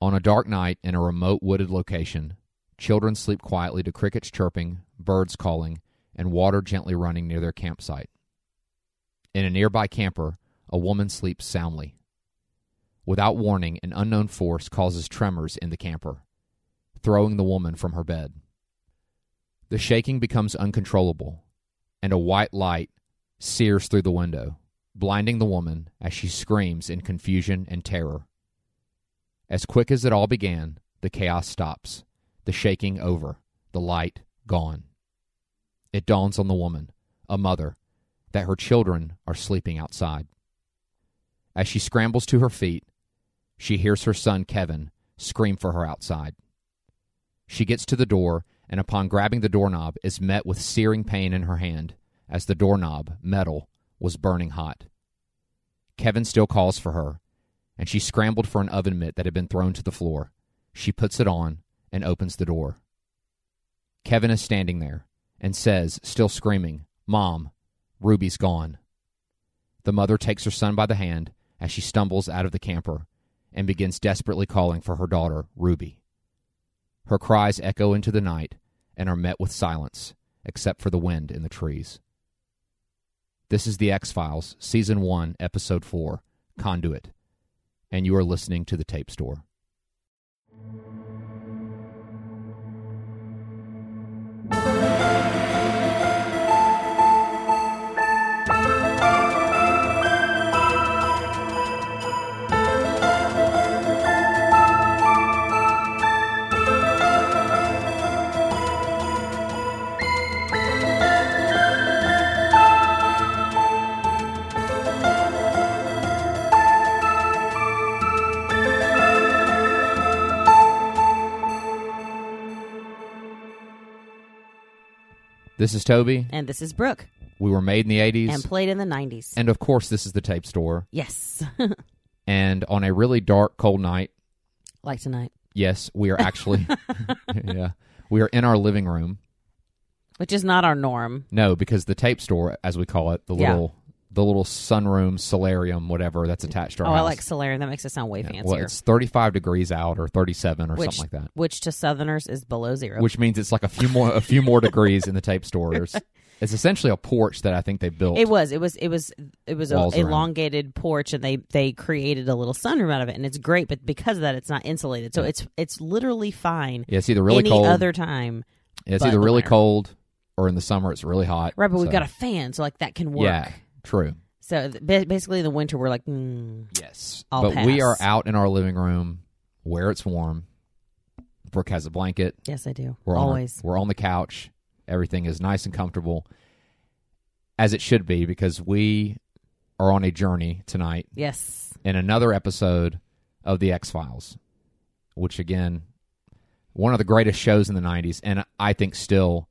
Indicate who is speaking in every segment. Speaker 1: On a dark night in a remote wooded location, children sleep quietly to crickets chirping, birds calling, and water gently running near their campsite. In a nearby camper, a woman sleeps soundly. Without warning, an unknown force causes tremors in the camper, throwing the woman from her bed. The shaking becomes uncontrollable, and a white light sears through the window, blinding the woman as she screams in confusion and terror. As quick as it all began, the chaos stops, the shaking over, the light gone. It dawns on the woman, a mother, that her children are sleeping outside. As she scrambles to her feet, she hears her son, Kevin, scream for her outside. She gets to the door and, upon grabbing the doorknob, is met with searing pain in her hand as the doorknob, metal, was burning hot. Kevin still calls for her, and she scrambled for an oven mitt that had been thrown to the floor. She puts it on and opens the door. Kevin is standing there and says, still screaming, Mom, Ruby's gone. The mother takes her son by the hand as she stumbles out of the camper and begins desperately calling for her daughter, Ruby. Her cries echo into the night and are met with silence, except for the wind in the trees. This is The X Files, Season 1, Episode 4, Conduit, and you are listening to The Tape Store. This is Toby.
Speaker 2: And this is Brooke.
Speaker 1: We were made in the 80s.
Speaker 2: And played in the 90s.
Speaker 1: And of course, this is the tape store.
Speaker 2: yes.
Speaker 1: And on a really dark, cold night,
Speaker 2: like tonight,
Speaker 1: yes, we are actually, yeah, we are in our living room.
Speaker 2: which is not our norm.
Speaker 1: No, because the tape store, as we call it, the
Speaker 2: Yeah.
Speaker 1: little, the little sunroom, solarium, whatever that's attached to our
Speaker 2: Oh, I
Speaker 1: house.
Speaker 2: like Solarium. That makes it sound way fancier.
Speaker 1: Well, it's 35 degrees out or 37 or
Speaker 2: which,
Speaker 1: something like that.
Speaker 2: Which to Southerners is below zero.
Speaker 1: Which means it's like a few more a few more degrees in the tape store. There's, it's essentially a porch that I think they built.
Speaker 2: it was. It was. It was. It was a
Speaker 1: Walls around.
Speaker 2: elongated porch, and they they created a little sunroom out of it, and it's great. But because of that, it's not insulated, so it's it's literally fine.
Speaker 1: yeah, it's either really
Speaker 2: any
Speaker 1: cold.
Speaker 2: other time,
Speaker 1: yeah, it's
Speaker 2: but
Speaker 1: either
Speaker 2: in the
Speaker 1: really
Speaker 2: winter.
Speaker 1: cold or in the summer it's really hot.
Speaker 2: right? But we've
Speaker 1: So,
Speaker 2: got a fan, so like that can work.
Speaker 1: Yeah, true.
Speaker 2: So th- ba- basically, in the winter, we're like, mm,
Speaker 1: Yes.
Speaker 2: I'll
Speaker 1: but we are
Speaker 2: pass.
Speaker 1: out in our living room where it's warm. Brooke has a blanket.
Speaker 2: yes, I do.
Speaker 1: We're on our-
Speaker 2: Always.
Speaker 1: we're on the couch. Everything is nice and comfortable as it should be because we are on a journey tonight
Speaker 2: Yes.
Speaker 1: in another episode of The X Files, which again, one of the greatest shows in the 90s, and I think still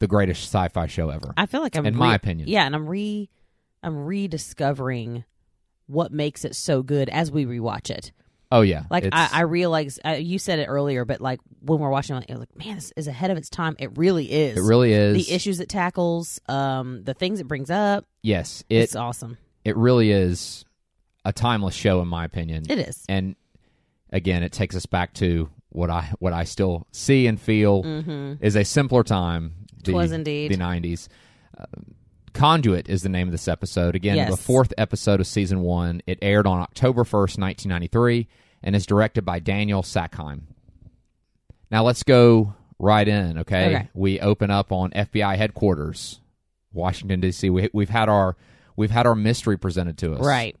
Speaker 1: the greatest sci fi show ever.
Speaker 2: I feel like I'm
Speaker 1: In my opinion.
Speaker 2: Yeah, and I'm re I'm rediscovering what makes it so good as we rewatch it.
Speaker 1: oh, yeah.
Speaker 2: Like I,
Speaker 1: It's-
Speaker 2: I realize uh, you said it earlier, but like when we're watching, it, I'm like man, this is ahead of its time. It really is.
Speaker 1: it really is.
Speaker 2: the issues it tackles, um, the things it brings up.
Speaker 1: Yes,
Speaker 2: it's
Speaker 1: it,
Speaker 2: awesome.
Speaker 1: it really is a timeless show, in my opinion.
Speaker 2: It is.
Speaker 1: And again, it takes us back to what I what I still see and feel is a simpler time. The,
Speaker 2: Mm-hmm. Twas indeed.
Speaker 1: the nineties. Uh, Conduit is the name of this episode. Again,
Speaker 2: Yes.
Speaker 1: the fourth episode of season one. It aired on October first, nineteen ninety three, and is directed by Daniel Sackheim. Now let's go right in. Okay,
Speaker 2: Okay.
Speaker 1: we open up on FBI headquarters, Washington D.C. We, we've had our we've had our mystery presented to us.
Speaker 2: Right.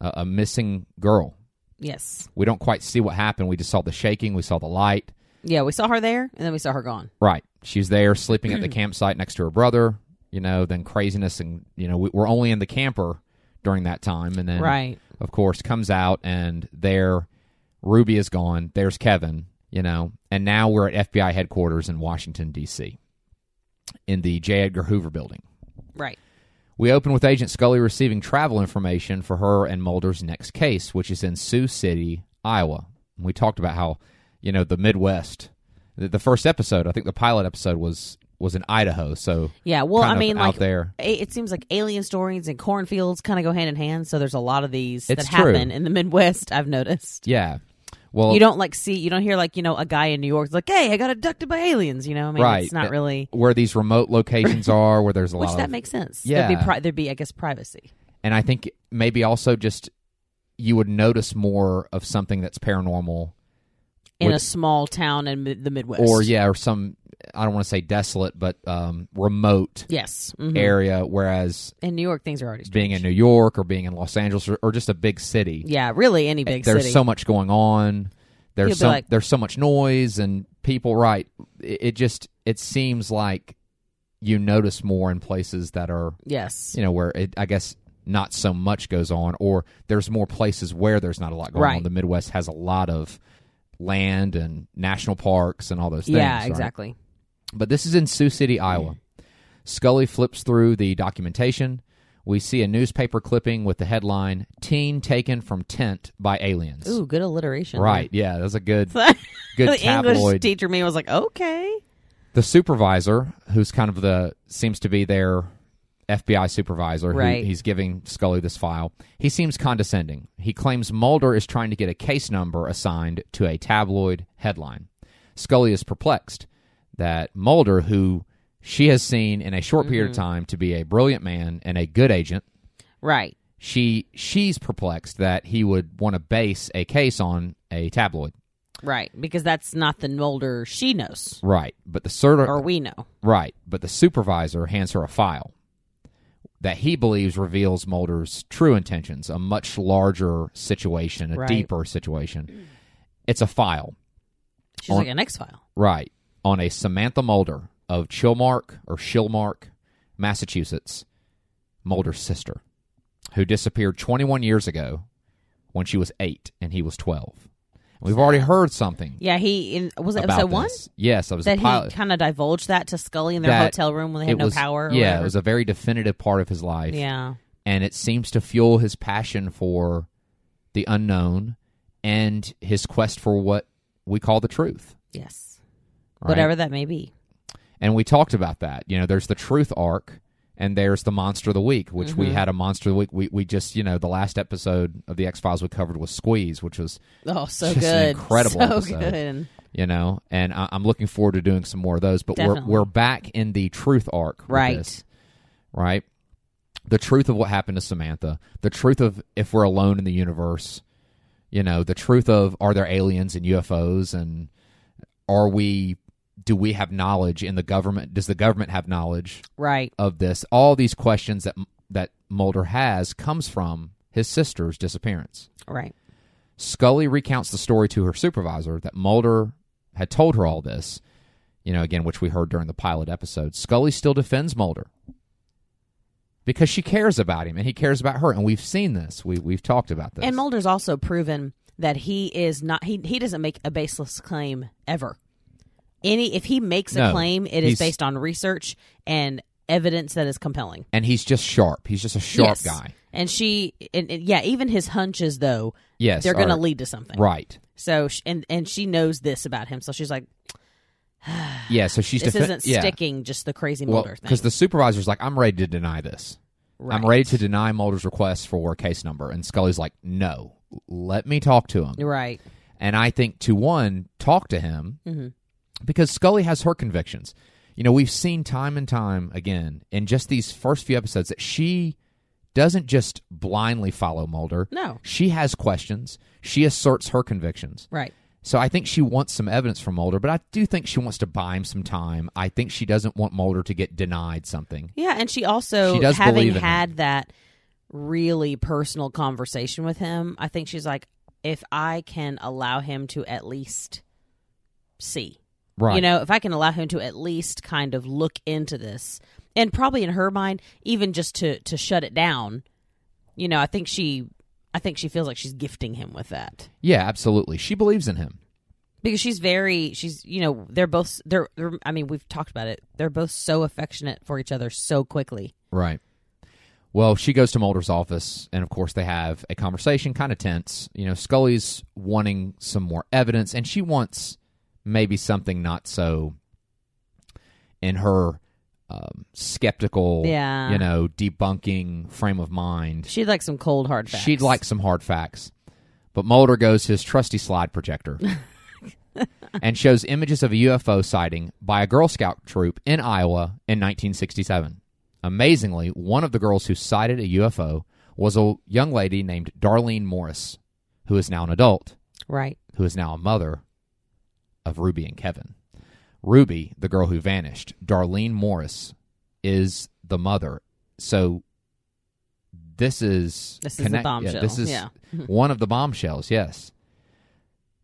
Speaker 1: a, a missing girl.
Speaker 2: Yes.
Speaker 1: We don't quite see what happened. We just saw the shaking. We saw the light.
Speaker 2: Yeah, we saw her there, and then we saw her gone.
Speaker 1: Right. She's there sleeping at the campsite next to her brother, you know, then craziness. And, you know, we, we're only in the camper during that time. And then,
Speaker 2: Right.
Speaker 1: of course, comes out and there, Ruby is gone. There's Kevin, you know, and now we're at FBI headquarters in Washington, D.C., in the J. Edgar Hoover building.
Speaker 2: Right.
Speaker 1: We open with Agent Scully receiving travel information for her and Mulder's next case, which is in Sioux City, Iowa. And we talked about how, you know, the Midwest. The, the first episode, I think the pilot episode was was in Idaho, so
Speaker 2: Yeah. Well,
Speaker 1: kind
Speaker 2: I
Speaker 1: of
Speaker 2: mean,
Speaker 1: out
Speaker 2: like
Speaker 1: there,
Speaker 2: it, it seems like alien stories and cornfields kind of go hand in hand. So there's a lot of these
Speaker 1: It's
Speaker 2: that happen
Speaker 1: true.
Speaker 2: in the Midwest. I've noticed.
Speaker 1: yeah. Well,
Speaker 2: you don't like see you don't hear like you know a guy in New York like hey I got abducted by aliens you know I mean
Speaker 1: Right.
Speaker 2: it's not really
Speaker 1: where these remote locations are, where there's a
Speaker 2: which
Speaker 1: lot
Speaker 2: that
Speaker 1: of,
Speaker 2: makes sense there'd
Speaker 1: Yeah.
Speaker 2: be pri- there'd be I guess privacy
Speaker 1: and I think maybe also just you would notice more of something that's paranormal,
Speaker 2: in
Speaker 1: Would-
Speaker 2: a small town in mi- the Midwest
Speaker 1: or yeah, or some I don't want to say desolate, but um, remote
Speaker 2: yes mhm.
Speaker 1: area. Whereas
Speaker 2: in New York things are already
Speaker 1: being in
Speaker 2: strange.
Speaker 1: New York or being in Los Angeles or, or just a big city,
Speaker 2: yeah really any big
Speaker 1: there's
Speaker 2: city
Speaker 1: so much going on.
Speaker 2: You'll
Speaker 1: There's
Speaker 2: be
Speaker 1: so
Speaker 2: like-
Speaker 1: there's so much noise and people. Right, it, it just it seems like you notice more in places that are
Speaker 2: yes
Speaker 1: you know where it I guess not so much goes on, or there's more places where there's not a lot going on.
Speaker 2: Right.
Speaker 1: The Midwest has a lot of land and national parks and all those things.
Speaker 2: yeah
Speaker 1: right?
Speaker 2: exactly
Speaker 1: But this is in Sioux City,
Speaker 2: Hmm.
Speaker 1: Iowa. Scully flips through the documentation. We see a newspaper clipping with the headline "Teen Taken from Tent by Aliens."
Speaker 2: ooh good alliteration
Speaker 1: Right. Yeah, that's a good
Speaker 2: the
Speaker 1: good
Speaker 2: English
Speaker 1: tabloid.
Speaker 2: teacher me was like okay
Speaker 1: the supervisor, who's kind of the seems to be their FBI supervisor, who-
Speaker 2: Right.
Speaker 1: he's giving Scully this file. He seems condescending. He claims Mulder is trying to get a case number assigned to a tabloid headline. Scully is perplexed that Mulder, who she has seen in a short period
Speaker 2: Mm-hmm.
Speaker 1: of time to be a brilliant man and a good agent,
Speaker 2: right
Speaker 1: she she's perplexed that he would want to base a case on a tabloid.
Speaker 2: right because that's not the Mulder she knows
Speaker 1: Right, but the certi-
Speaker 2: or we know
Speaker 1: Right, but the supervisor hands her a file that he believes reveals Mulder's true intentions, a much larger situation, a
Speaker 2: Right.
Speaker 1: deeper situation. It's a file,
Speaker 2: she's like an X file
Speaker 1: right, on a Samantha Mulder of Chilmark or Shilmark, Massachusetts, Mulder's sister, who disappeared 21 years ago when she was 8 and he was 12. We've already heard something
Speaker 2: yeah he in was it
Speaker 1: about
Speaker 2: episode one
Speaker 1: this. Yes, I was
Speaker 2: that
Speaker 1: a pilot.
Speaker 2: he kind of divulged that to Scully in their
Speaker 1: that
Speaker 2: hotel room when they
Speaker 1: it
Speaker 2: had no
Speaker 1: was-
Speaker 2: power. Or
Speaker 1: yeah,
Speaker 2: whatever.
Speaker 1: it was a very definitive part of his life.
Speaker 2: yeah,
Speaker 1: and it seems to fuel his passion for the unknown and his quest for what we call the truth.
Speaker 2: yes,
Speaker 1: right?
Speaker 2: whatever that may be.
Speaker 1: And we talked about that. You know, there's the truth arc and there's the monster of the week, which we
Speaker 2: Mm-hmm.
Speaker 1: had a monster of the week. We, we just, you know, the last episode of the X Files we covered was Squeeze, which was,
Speaker 2: Oh, so
Speaker 1: Just an
Speaker 2: good,
Speaker 1: incredible
Speaker 2: so
Speaker 1: episode.
Speaker 2: good.
Speaker 1: you know, and I, I'm looking forward to doing some more of those. But we're,
Speaker 2: Definitely.
Speaker 1: we're back in the truth arc. with
Speaker 2: Right.
Speaker 1: this, right. The truth of what happened to Samantha, the truth of if we're alone in the universe, you know the truth of are there aliens and ufos and are we do we have knowledge in the government does the government have knowledge
Speaker 2: Right,
Speaker 1: of this all these questions that that mulder has comes from his sister's disappearance
Speaker 2: right,
Speaker 1: scully recounts the story to her supervisor that mulder had told her all this you know again which we heard during the pilot episode scully still defends mulder because she cares about him and he cares about her and we've seen this we, we've talked about this
Speaker 2: and Mulder's also proven that he is not. He he doesn't make a baseless claim ever. Any if he makes a
Speaker 1: No,
Speaker 2: claim, it is
Speaker 1: he's-
Speaker 2: based on research and evidence that is compelling.
Speaker 1: and he's just sharp. He's just a sharp
Speaker 2: Yes.
Speaker 1: guy.
Speaker 2: And she, and, and- yeah, even his hunches though,
Speaker 1: Yes,
Speaker 2: they're going to
Speaker 1: or-
Speaker 2: lead to something.
Speaker 1: Right.
Speaker 2: So sh- and and she knows this about him, so she's like,
Speaker 1: Yeah. So she's
Speaker 2: this
Speaker 1: defen-
Speaker 2: isn't
Speaker 1: yeah.
Speaker 2: sticking just the crazy
Speaker 1: Well,
Speaker 2: Mulder thing.
Speaker 1: because the supervisor's like, I'm ready to deny this. I'm
Speaker 2: Right.
Speaker 1: ready to deny Mulder's request for a case number, and Scully's like, No, let me talk to him.
Speaker 2: Right.
Speaker 1: And I think to one, talk to him
Speaker 2: Mm-hmm.
Speaker 1: because Scully has her convictions. You know, we've seen time and time again in just these first few episodes that she doesn't just blindly follow Mulder.
Speaker 2: No.
Speaker 1: She has questions. She asserts her convictions.
Speaker 2: Right.
Speaker 1: So I think she wants some evidence from Mulder, but I do think she wants to buy him some time. I think she doesn't want Mulder to get denied something.
Speaker 2: Yeah, and she also
Speaker 1: She does
Speaker 2: having
Speaker 1: believe in him.
Speaker 2: had that really personal conversation with him, I think she's like, if I can allow him to at least see.
Speaker 1: Right.
Speaker 2: You know, if I can allow him to at least kind of look into this. And probably in her mind, even just to to shut it down, you know, I think she I think she feels like she's gifting him with that.
Speaker 1: Yeah, absolutely. She believes in him.
Speaker 2: because she's very she's you know they're both they're, they're i mean we've talked about it they're both so affectionate for each other so quickly
Speaker 1: Right. Well, she goes to Mulder's office, and of course, they have a conversation, kind of tense. You know, Scully's wanting some more evidence, and she wants maybe something not so in her um, skeptical,
Speaker 2: Yeah.
Speaker 1: you know, debunking frame of mind.
Speaker 2: she'd like some cold hard facts
Speaker 1: She'd like some hard facts. But Mulder goes his trusty slide projector and shows images of a UFO sighting by a Girl Scout troop in Iowa in 1967. Amazingly, one of the girls who sighted a UFO was a young lady named Darlene Morris, who is now an adult,
Speaker 2: Right.
Speaker 1: who is now a mother of Ruby and Kevin. Ruby, the girl who vanished, Darlene Morris, is the mother. So this is
Speaker 2: This is the bombshell,
Speaker 1: this is
Speaker 2: yeah.
Speaker 1: one of the bombshells. Yes.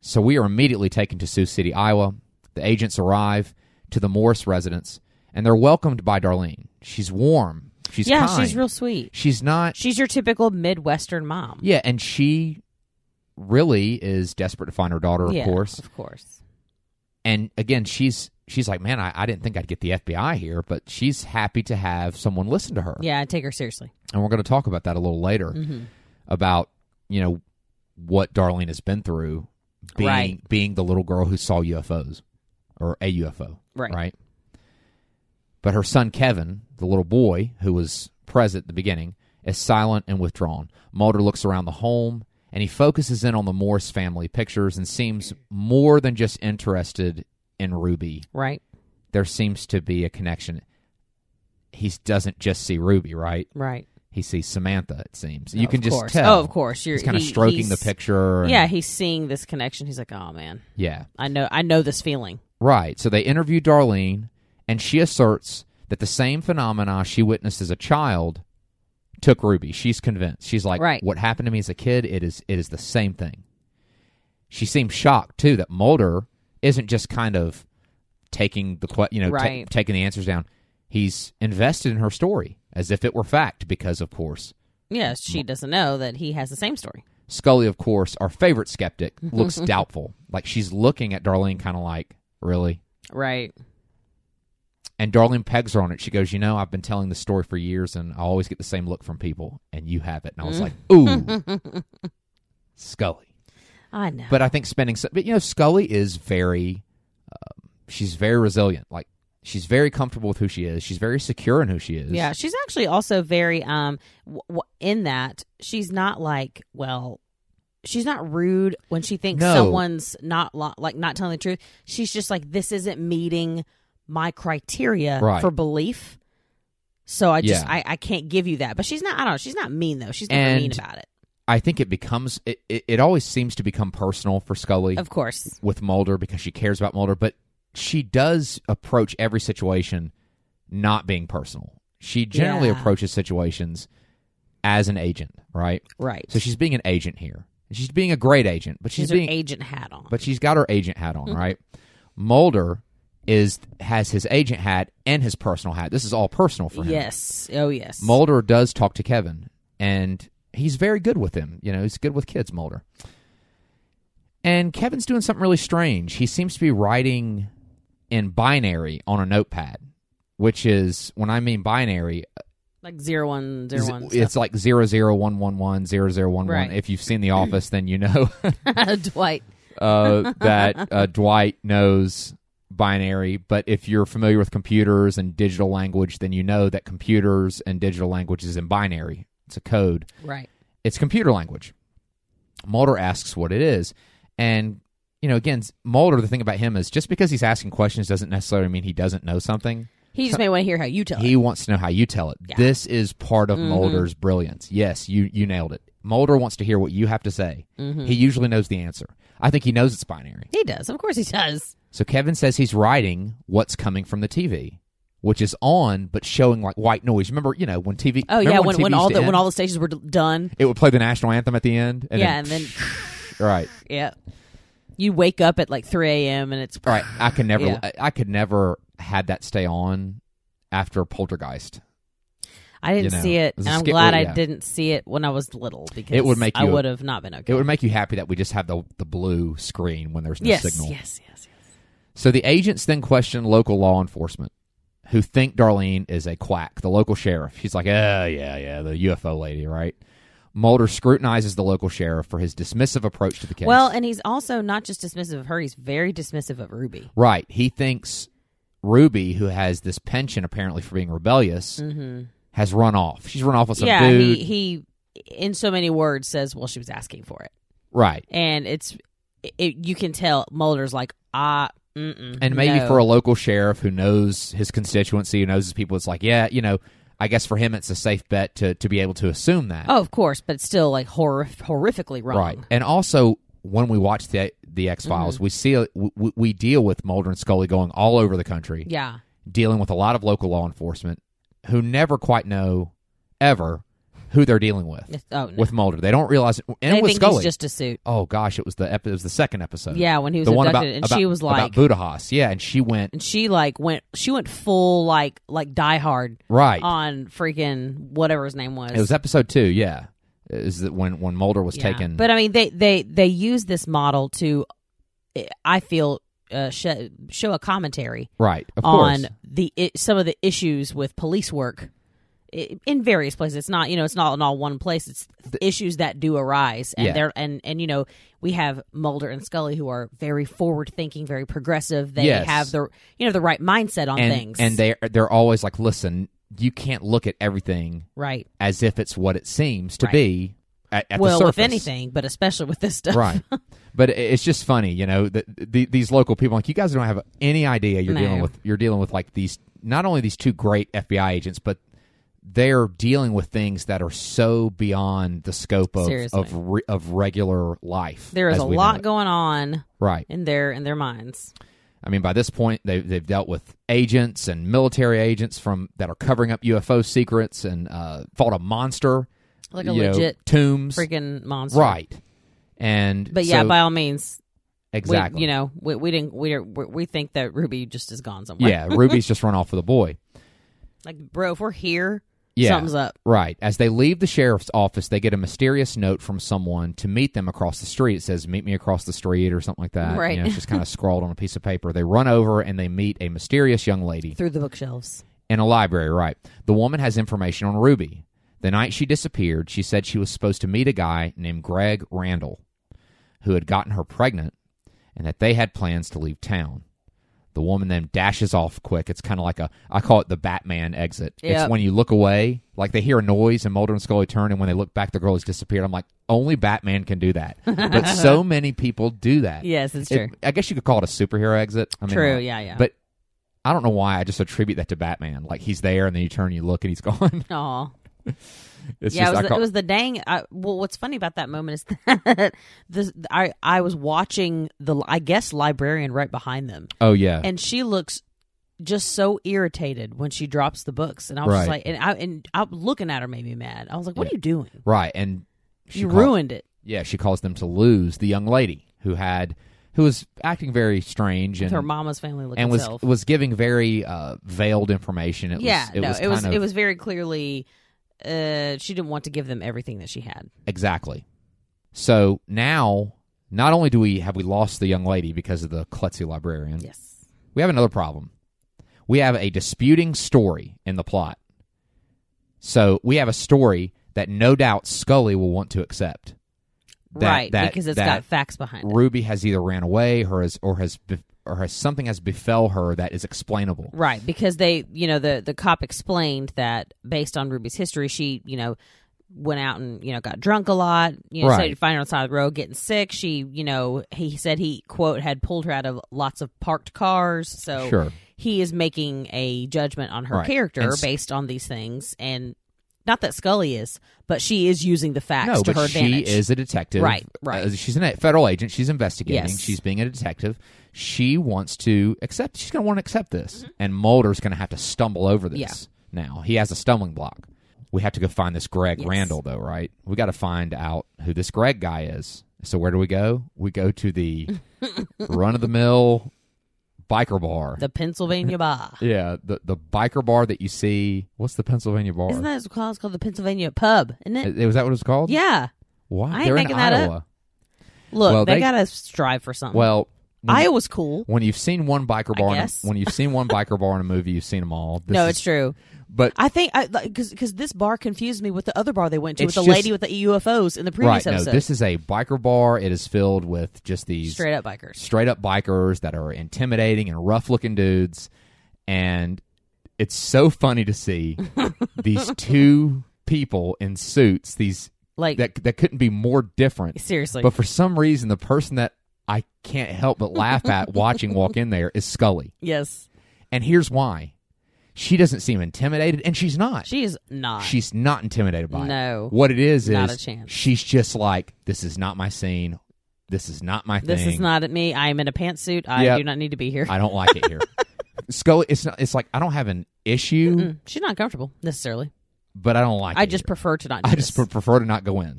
Speaker 1: So we are immediately taken to Sioux City, Iowa. The agents arrive to the Morris residence, and they're welcomed by Darlene. She's warm. She's
Speaker 2: yeah,
Speaker 1: kind.
Speaker 2: she's real sweet.
Speaker 1: She's not
Speaker 2: She's your typical Midwestern mom.
Speaker 1: yeah, and she really is desperate to find her daughter, of
Speaker 2: Yeah,
Speaker 1: course.
Speaker 2: Of course.
Speaker 1: And again, she's she's like, Man, I, I didn't think I'd get the FBI here, but she's happy to have someone listen to her.
Speaker 2: Yeah, I take her seriously.
Speaker 1: And we're gonna talk about that a little later
Speaker 2: Mm-hmm.
Speaker 1: about, you know, what Darlene has been through being
Speaker 2: Right.
Speaker 1: being the little girl who saw UFOs or a UFO.
Speaker 2: Right.
Speaker 1: Right. But her son Kevin, the little boy who was present at the beginning, is silent and withdrawn. Mulder looks around the home and he focuses in on the Morse family pictures and seems more than just interested in Ruby.
Speaker 2: Right.
Speaker 1: There seems to be a connection. He doesn't just see Ruby, right?
Speaker 2: Right.
Speaker 1: He sees Samantha. It seems you
Speaker 2: Of
Speaker 1: can just
Speaker 2: course.
Speaker 1: tell.
Speaker 2: Oh, of course. You're
Speaker 1: he's kind of
Speaker 2: he-
Speaker 1: stroking the
Speaker 2: he's-
Speaker 1: picture. and-
Speaker 2: Yeah, he's seeing this connection. He's like, "Oh man,
Speaker 1: yeah.
Speaker 2: I know, I know this feeling."
Speaker 1: Right. So they interview Darlene, and she asserts that the same phenomena she witnessed as a child took Ruby. She's convinced. She's like,
Speaker 2: Right.
Speaker 1: "What happened to me as a kid? It is. It is the same thing." She seems shocked too that Mulder isn't just kind of taking the que- you know ta-
Speaker 2: Right.
Speaker 1: taking the answers down. He's invested in her story as if it were fact, because of course
Speaker 2: Yes,
Speaker 1: Mm.
Speaker 2: she doesn't know that he has the same story.
Speaker 1: Scully, of course, our favorite skeptic, looks doubtful. Like she's looking at Darlene, kind of like, "Really."
Speaker 2: Right.
Speaker 1: And Darlene pegs her on it. She goes, You know, I've been telling this story for years and I always get the same look from people, and you have it. And I was like, Ooh,
Speaker 2: Mm.
Speaker 1: Scully.
Speaker 2: I know.
Speaker 1: But I think spending, so- but you know, Scully is very, um, she's very resilient. Like, she's very comfortable with who she is. She's very secure in who she is.
Speaker 2: yeah, she's actually also very um w- w- in that she's not like well, she's not rude when she thinks
Speaker 1: No.
Speaker 2: someone's not lo- like not telling the truth. She's just like this isn't meeting my criteria
Speaker 1: Right.
Speaker 2: for belief. So I just
Speaker 1: Yeah.
Speaker 2: I, I can't give you that. But she's not I don't know, she's not mean though. She's never mean
Speaker 1: And-
Speaker 2: about it.
Speaker 1: I think it becomes, it, it, it always seems to become personal for Scully
Speaker 2: Of course.
Speaker 1: with Mulder because she cares about Mulder, but she does approach every situation not being personal. She generally
Speaker 2: Yeah.
Speaker 1: approaches situations as an agent, right?
Speaker 2: Right.
Speaker 1: So she's being an agent here. She's being a great agent, but
Speaker 2: she's,
Speaker 1: she's being
Speaker 2: her agent hat on.
Speaker 1: but she's got her agent hat on, right? Mulder is has his agent hat and his personal hat. This is all personal for him.
Speaker 2: yes. Oh yes.
Speaker 1: Mulder does talk to Kevin, and he's very good with him. You know, he's good with kids, Mulder. And Kevin's doing something really strange. He seems to be writing in binary on a notepad, which is when I mean binary,
Speaker 2: like zero one zero
Speaker 1: is-
Speaker 2: one.
Speaker 1: it's like zero zero one one one zero zero one one.
Speaker 2: Right.
Speaker 1: If you've seen The Office, then you know
Speaker 2: stuff. Dwight.
Speaker 1: uh, that uh, Dwight knows binary. But if you're familiar with computers and digital language, then you know that computers and digital language is in binary. It's a code.
Speaker 2: Right.
Speaker 1: It's computer language. Mulder asks what it is, and you know, again, Mulder. The thing about him is just because he's asking questions doesn't necessarily mean he doesn't know something.
Speaker 2: He just may want to hear how you tell it.
Speaker 1: He wants to know how you tell it.
Speaker 2: Yeah. Mm-hmm.
Speaker 1: This is part of Mulder's brilliance. Yes, you you nailed it. Mulder wants to hear what you have to say.
Speaker 2: Mm-hmm.
Speaker 1: He usually knows the answer. I think he knows it's binary.
Speaker 2: He does. Of course he does.
Speaker 1: So Kevin says he's writing what's coming from the TV, which is on but showing like white noise. Remember, you know, when TV.
Speaker 2: Oh
Speaker 1: remember
Speaker 2: yeah, when,
Speaker 1: TV
Speaker 2: when
Speaker 1: used
Speaker 2: all
Speaker 1: to
Speaker 2: the when
Speaker 1: end?
Speaker 2: all the stations were d- done.
Speaker 1: it would play the national anthem at the end. And
Speaker 2: yeah,
Speaker 1: then,
Speaker 2: and then
Speaker 1: right,
Speaker 2: yeah, you wake up at like three a.m. and it's
Speaker 1: All right. I could never.
Speaker 2: Yeah.
Speaker 1: I, I could never had that stay on after Poltergeist.
Speaker 2: I didn't
Speaker 1: you know,
Speaker 2: see it,
Speaker 1: it's
Speaker 2: and
Speaker 1: a
Speaker 2: I'm
Speaker 1: skip-
Speaker 2: glad
Speaker 1: well,
Speaker 2: I
Speaker 1: yeah.
Speaker 2: didn't see it when I was little because
Speaker 1: It would make
Speaker 2: I
Speaker 1: you-
Speaker 2: would have not been okay.
Speaker 1: It would make you happy that we just have the the blue screen when there's no
Speaker 2: yes,
Speaker 1: signal.
Speaker 2: yes, yes, yes.
Speaker 1: So the agents then question local law enforcement, who think Darlene is a quack, the local sheriff. She's like, oh, yeah, yeah, the UFO lady, right? Mulder scrutinizes the local sheriff for his dismissive approach to the case.
Speaker 2: Well, and he's also not just dismissive of her; he's very dismissive of Ruby.
Speaker 1: right. He thinks Ruby, who has this penchant apparently for being rebellious, has run off. She's run off with some
Speaker 2: Mm-hmm. yeah,
Speaker 1: dude.
Speaker 2: he he, in so many words, says, "Well, she was asking for it."
Speaker 1: Right.
Speaker 2: and it's it, you can tell Mulder's like ah mm-mm,
Speaker 1: And maybe
Speaker 2: no.
Speaker 1: for a local sheriff who knows his constituency, who knows his people, it's like, yeah, you know, I guess for him it's a safe bet to, to be able to assume that.
Speaker 2: oh of course but it's still like horrif- horrifically wrong
Speaker 1: Right. And also, when we watch the the X Files,
Speaker 2: Mm-hmm.
Speaker 1: we see we, we deal with Mulder and Scully going all over the country,
Speaker 2: yeah
Speaker 1: dealing with a lot of local law enforcement who never quite know ever who they're dealing with.
Speaker 2: It's- oh no.
Speaker 1: With Mulder, they don't realize, and
Speaker 2: they
Speaker 1: with
Speaker 2: think
Speaker 1: Scully,
Speaker 2: he's just a suit
Speaker 1: oh gosh, it was the epi- it was the second episode.
Speaker 2: yeah when he was
Speaker 1: the one
Speaker 2: abducted
Speaker 1: about
Speaker 2: and
Speaker 1: about,
Speaker 2: she was
Speaker 1: about
Speaker 2: like
Speaker 1: Budahas, yeah, and she went
Speaker 2: and she like went she went full like like die hard
Speaker 1: right.
Speaker 2: on freaking whatever his name was
Speaker 1: It was episode two, yeah. Is that when when Mulder was
Speaker 2: Yeah.
Speaker 1: taken?
Speaker 2: But I mean, they they they use this model to, I feel, uh, sh- show a commentary
Speaker 1: right, of
Speaker 2: on
Speaker 1: course,
Speaker 2: the i- some of the issues with police work i- in various places. It's not you know it's not in all one place. It's issues that do arise, and
Speaker 1: Yeah.
Speaker 2: they're and and you know we have Mulder and Scully who are very forward thinking, very progressive. They
Speaker 1: Yes.
Speaker 2: have the you know the right mindset on
Speaker 1: and
Speaker 2: things,
Speaker 1: and they they're always like, listen, you can't look at everything
Speaker 2: right.
Speaker 1: as if it's what it seems to
Speaker 2: Right.
Speaker 1: be at, at the
Speaker 2: well,
Speaker 1: surface.
Speaker 2: with anything, but especially with this stuff,
Speaker 1: right? But i- it's just funny, you know, that the, these local people like you guys don't have any idea you're
Speaker 2: No.
Speaker 1: dealing with. You're dealing with like these not only these two great FBI agents, but they're dealing with things that are so beyond the scope of
Speaker 2: Seriously.
Speaker 1: of, re, of regular life.
Speaker 2: There is
Speaker 1: as
Speaker 2: a
Speaker 1: we know
Speaker 2: lot
Speaker 1: it.
Speaker 2: going on
Speaker 1: right?
Speaker 2: in their in their minds.
Speaker 1: I mean, by this point, they, they've dealt with agents and military agents from that are covering up UFO secrets and uh, fought a monster,
Speaker 2: like a
Speaker 1: you know,
Speaker 2: legit
Speaker 1: tombs,
Speaker 2: freaking monster,
Speaker 1: right? And
Speaker 2: But yeah,
Speaker 1: so-
Speaker 2: by all means,
Speaker 1: exactly,
Speaker 2: we, you know, we, we didn't, we don't- we we think that Ruby just is gone somewhere.
Speaker 1: yeah, Ruby's just run off with a boy,
Speaker 2: like bro, if we're here,
Speaker 1: Yeah.
Speaker 2: something's up.
Speaker 1: right? As they leave the sheriff's office, they get a mysterious note from someone to meet them across the street. It says, "Meet me across the street" or something like that.
Speaker 2: Right.
Speaker 1: You know, it's just kind of scrawled on a piece of paper. They run over and they meet a mysterious young lady.
Speaker 2: Through the bookshelves,
Speaker 1: in a library, right? The woman has information on Ruby. The night she disappeared, she said she was supposed to meet a guy named Greg Randall who had gotten her pregnant and that they had plans to leave town. The woman then dashes off quick. It's kind of like a, I call it the Batman exit.
Speaker 2: Yep.
Speaker 1: It's when you look away, like they hear a noise and Mulder and Scully turn, and when they look back, the girl has disappeared. I'm like, only Batman can do that. but so many people do that.
Speaker 2: yes, it's true.
Speaker 1: It- I guess you could call it a superhero exit. I mean,
Speaker 2: True,
Speaker 1: like,
Speaker 2: yeah, yeah.
Speaker 1: But I don't know why I just attribute that to Batman. Like he's there, and then you turn, and you look, and he's gone.
Speaker 2: Aw.
Speaker 1: it's
Speaker 2: yeah, it
Speaker 1: just
Speaker 2: was,
Speaker 1: I
Speaker 2: the,
Speaker 1: call,
Speaker 2: it was the dang. I, well, what's funny about that moment is that this, I I was watching the I guess librarian right behind them,
Speaker 1: oh yeah,
Speaker 2: and she looks just so irritated when she drops the books, and I was just
Speaker 1: Right.
Speaker 2: like, and I and I'm looking at her made me mad. I was like, what
Speaker 1: Yeah.
Speaker 2: are you doing?
Speaker 1: right. And she
Speaker 2: you
Speaker 1: call-
Speaker 2: ruined it.
Speaker 1: Yeah, she calls them to lose the young lady who had who was acting very strange and
Speaker 2: her mama's family look
Speaker 1: and was
Speaker 2: itself.
Speaker 1: was giving very uh, veiled information. It
Speaker 2: yeah,
Speaker 1: was, it
Speaker 2: no,
Speaker 1: was
Speaker 2: it was
Speaker 1: kind of,
Speaker 2: it was very clearly uh, she didn't want to give them everything that she had.
Speaker 1: Exactly. So now, not only do we have we lost the young lady because of the klutzy librarian,
Speaker 2: Yes,
Speaker 1: we have another problem. We have a disputing story in the plot. So we have a story that no doubt Scully will want to accept. That-
Speaker 2: right,
Speaker 1: that-
Speaker 2: because it's
Speaker 1: that
Speaker 2: got facts behind it.
Speaker 1: Ruby has either ran away or has or has bef- or has something has befell her that is explainable.
Speaker 2: Right, because they, you know, the the cop explained that based on Ruby's history, she, you know, went out and you know got drunk a lot. You know,
Speaker 1: Right.
Speaker 2: started to find her on the side of the road getting sick. She, you know, he said he quote had pulled her out of lots of parked cars. So
Speaker 1: Sure.
Speaker 2: he is making a judgment on her
Speaker 1: Right.
Speaker 2: character
Speaker 1: And s-
Speaker 2: based on these things and not that Scully is, but she is using the facts
Speaker 1: No,
Speaker 2: to
Speaker 1: but
Speaker 2: her
Speaker 1: she
Speaker 2: advantage.
Speaker 1: is a detective.
Speaker 2: Right, right.
Speaker 1: Uh, she's a federal agent. She's investigating.
Speaker 2: Yes.
Speaker 1: She's being a detective. She wants to accept. She's going to want to accept this, and Mulder's going to have to stumble over this.
Speaker 2: Mm-hmm. Yeah.
Speaker 1: Now he has a stumbling block. We have to go find this Greg
Speaker 2: Yes.
Speaker 1: Randall, though, right? We got to find out who this Greg guy is. So where do we go? We go to the run of the mill biker bar.
Speaker 2: the Pennsylvania Bar.
Speaker 1: yeah, the the biker bar that you see. What's the Pennsylvania bar?
Speaker 2: Isn't that it's called? It's called the Pennsylvania Pub, isn't it?
Speaker 1: Uh, was that what it was called?
Speaker 2: yeah.
Speaker 1: Wow,
Speaker 2: I ain't
Speaker 1: they're in
Speaker 2: making that up.
Speaker 1: Iowa.
Speaker 2: Look,
Speaker 1: Well,
Speaker 2: they,
Speaker 1: they-
Speaker 2: gotta strive for something.
Speaker 1: Well, when you-
Speaker 2: Iowa's cool.
Speaker 1: when you've seen one biker
Speaker 2: I
Speaker 1: bar, in a,
Speaker 2: guess.
Speaker 1: when you've seen one biker bar in a movie, you've seen them all. This
Speaker 2: no,
Speaker 1: is-
Speaker 2: it's true.
Speaker 1: but
Speaker 2: I think I because because this bar confused me with the other bar they went to with
Speaker 1: It's
Speaker 2: the
Speaker 1: just-
Speaker 2: lady with the UFOs in the
Speaker 1: right.
Speaker 2: previous
Speaker 1: No,
Speaker 2: episode.
Speaker 1: this is a biker bar. It is filled with just these
Speaker 2: Straight up bikers.
Speaker 1: straight up bikers that are intimidating and rough looking dudes, and it's so funny to see these two people in suits, these
Speaker 2: Like
Speaker 1: that that couldn't be more different.
Speaker 2: seriously.
Speaker 1: But for some reason, the person that I can't help but laugh at watching walk in there is Scully.
Speaker 2: yes.
Speaker 1: And here's why. She doesn't seem intimidated, and she's not.
Speaker 2: She is not.
Speaker 1: she's not intimidated by it.
Speaker 2: No.
Speaker 1: What it is
Speaker 2: Not
Speaker 1: is
Speaker 2: a chance.
Speaker 1: she's just like, this is not my scene. This is not my
Speaker 2: this
Speaker 1: thing.
Speaker 2: is not at me. I am in a pantsuit. I
Speaker 1: Yep.
Speaker 2: do not need to be here.
Speaker 1: I don't like it here. Scully, it's not. It's like I don't have an issue,
Speaker 2: Mm, She's not comfortable necessarily.
Speaker 1: but I don't like.
Speaker 2: I
Speaker 1: it
Speaker 2: just
Speaker 1: here.
Speaker 2: prefer to not. Do
Speaker 1: I just
Speaker 2: this.
Speaker 1: pre- prefer to not go in.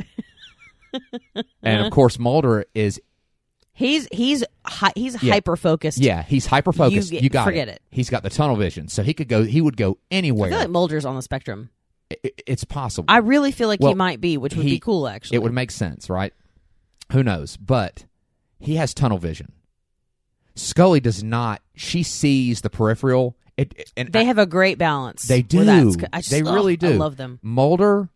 Speaker 1: and of course, Mulder is
Speaker 2: he's he's hi- he's
Speaker 1: Yeah.
Speaker 2: hyper focused.
Speaker 1: yeah. He's hyper focused.
Speaker 2: You
Speaker 1: You,
Speaker 2: get-
Speaker 1: got
Speaker 2: forget it.
Speaker 1: He's got the tunnel vision, so he could go. He would go
Speaker 2: I
Speaker 1: anywhere.
Speaker 2: feel like Mulder's on the spectrum.
Speaker 1: I- I- it's possible.
Speaker 2: I really feel like he
Speaker 1: Well,
Speaker 2: might be, which would
Speaker 1: he-
Speaker 2: be cool actually.
Speaker 1: It would make sense, right? Who knows? But he has tunnel vision. Scully does not. She sees the peripheral. It, it- and
Speaker 2: They
Speaker 1: I-
Speaker 2: have a great balance.
Speaker 1: They
Speaker 2: where that's
Speaker 1: do.
Speaker 2: co- I just-
Speaker 1: They
Speaker 2: ugh,
Speaker 1: really
Speaker 2: I
Speaker 1: do.
Speaker 2: love them.
Speaker 1: Mulder.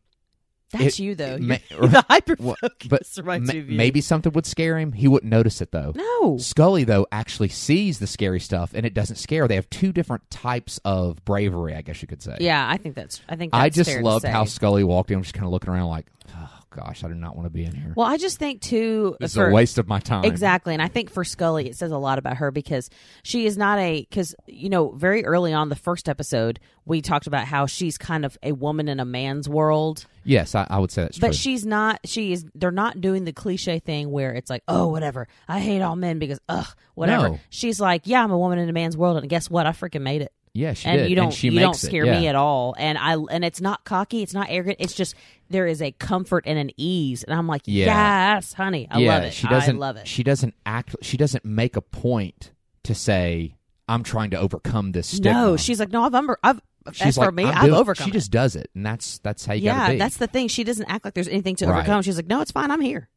Speaker 2: That's
Speaker 1: It-
Speaker 2: you though.
Speaker 1: it
Speaker 2: You're-
Speaker 1: ma-
Speaker 2: the hyper
Speaker 1: Well, but
Speaker 2: focus reminds
Speaker 1: ma-
Speaker 2: me of you.
Speaker 1: maybe something would scare him. He wouldn't notice it though.
Speaker 2: no.
Speaker 1: Scully though actually sees the scary stuff, and it doesn't scare. her. They have two different types of bravery, I guess you could say.
Speaker 2: Yeah, I think that's. I think that's
Speaker 1: I just
Speaker 2: fair to
Speaker 1: loved
Speaker 2: say.
Speaker 1: how Scully walked in. just kind of looking around, like, "Oh gosh, I do not want to be in here.
Speaker 2: Well, I just think too.
Speaker 1: this is
Speaker 2: for-
Speaker 1: a waste of my time."
Speaker 2: Exactly. And I think for Scully, it says a lot about her because she is not a, because, you know, very early on the first episode, we talked about how she's kind of a woman in a man's world,
Speaker 1: Yes, I, I would say that's
Speaker 2: but
Speaker 1: true.
Speaker 2: she's not, she is, they're not doing the cliche thing where it's like, oh, whatever. I hate all men because, ugh, whatever.
Speaker 1: No.
Speaker 2: She's like, yeah, I'm a woman in a man's world. And guess what? I freaking made it.
Speaker 1: yeah, she
Speaker 2: and
Speaker 1: did.
Speaker 2: you don't,
Speaker 1: and she
Speaker 2: you
Speaker 1: makes
Speaker 2: don't
Speaker 1: it.
Speaker 2: scare
Speaker 1: yeah.
Speaker 2: me at all. And I, and it's not cocky. It's not arrogant. It's just, there is a comfort and an ease. And I'm like,
Speaker 1: Yeah.
Speaker 2: yes, honey. I
Speaker 1: yeah,
Speaker 2: love it.
Speaker 1: She doesn't
Speaker 2: I love it.
Speaker 1: She doesn't act. She doesn't make a point to say, "I'm trying to overcome this stigma."
Speaker 2: No, she's like, no, I've over, I've
Speaker 1: She's
Speaker 2: as
Speaker 1: like,
Speaker 2: for me,
Speaker 1: "I'm
Speaker 2: I've
Speaker 1: doing-"
Speaker 2: overcome.
Speaker 1: She
Speaker 2: it.
Speaker 1: just does it, and that's that's how you got to
Speaker 2: yeah,
Speaker 1: be.
Speaker 2: that's the thing. She doesn't act like there's anything to
Speaker 1: Right.
Speaker 2: overcome. She's like, no, it's fine. I'm here.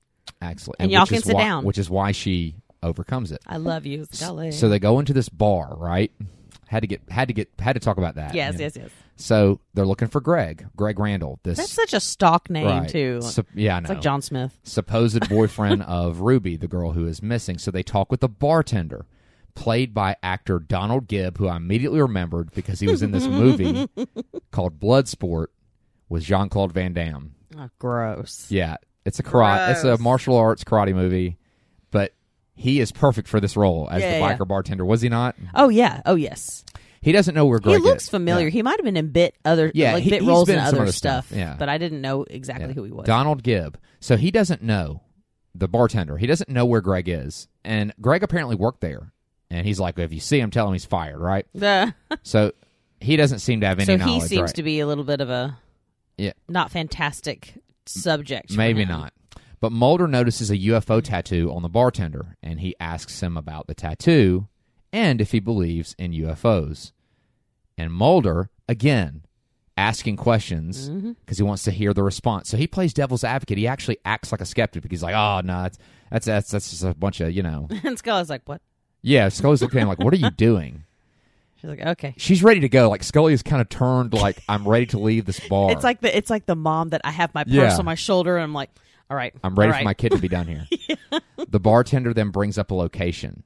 Speaker 1: excellent.
Speaker 2: and y'all
Speaker 1: which
Speaker 2: can
Speaker 1: is
Speaker 2: sit
Speaker 1: why-
Speaker 2: down.
Speaker 1: which is why she overcomes it.
Speaker 2: I love you. Scully.
Speaker 1: So they go into this bar, right? Had to get had to get had to talk about that.
Speaker 2: yes,
Speaker 1: you know.
Speaker 2: yes, yes.
Speaker 1: So they're looking for Greg, Greg Randall. This
Speaker 2: That's such a stock name
Speaker 1: right,
Speaker 2: too.
Speaker 1: Sup- yeah, I know.
Speaker 2: it's like John Smith.
Speaker 1: supposed boyfriend of Ruby, the girl who is missing. So they talk with the bartender, played by actor Donald Gibb, who I immediately remembered because he was in this movie called Bloodsport with Jean Claude Van Damme.
Speaker 2: Oh, gross.
Speaker 1: Yeah, it's a karate, it's a
Speaker 2: Gross.
Speaker 1: martial arts karate movie, but he is perfect for this role as
Speaker 2: Yeah,
Speaker 1: the
Speaker 2: yeah,
Speaker 1: biker bartender. Was he not?
Speaker 2: Oh yeah. Oh yes.
Speaker 1: He doesn't know where Greg
Speaker 2: he looks
Speaker 1: is.
Speaker 2: familiar. He might have been in bit other
Speaker 1: Yeah,
Speaker 2: like
Speaker 1: he-
Speaker 2: bit
Speaker 1: he's
Speaker 2: roles
Speaker 1: been
Speaker 2: and
Speaker 1: in some
Speaker 2: other
Speaker 1: other
Speaker 2: stuff.
Speaker 1: stuff, yeah.
Speaker 2: But I didn't know
Speaker 1: Yeah.
Speaker 2: exactly who he was.
Speaker 1: Donald Gibb. So he doesn't know the bartender. He doesn't know where Greg is, and Greg apparently worked there. And he's like, if you see him, tell him he's fired, right?
Speaker 2: The-
Speaker 1: So he doesn't seem to have any
Speaker 2: so he
Speaker 1: knowledge.
Speaker 2: seems
Speaker 1: right?
Speaker 2: to be a little bit of a
Speaker 1: Yeah.
Speaker 2: not fantastic subject. for
Speaker 1: Maybe
Speaker 2: him.
Speaker 1: not. But Mulder notices a UFO tattoo on the bartender and he asks him about the tattoo and if he believes in UFOs. And Mulder, again, asking questions
Speaker 2: Mm-hmm.
Speaker 1: because he wants to hear the response. So he plays devil's advocate. He actually acts like a skeptic because he's like, oh, no, that's, that's, that's, that's just a bunch of, you know.
Speaker 2: and Scully's like, what?
Speaker 1: Yeah, Scully's looking at him like, what are you doing?
Speaker 2: She's like, okay.
Speaker 1: She's ready to go. Like, Scully is kind of turned like, I'm ready to leave this bar.
Speaker 2: It's like the it's like the mom that I have my purse
Speaker 1: Yeah.
Speaker 2: on my shoulder and I'm like, all right,
Speaker 1: I'm ready
Speaker 2: all
Speaker 1: for my
Speaker 2: right.
Speaker 1: kid to be done here. The bartender then brings up a location.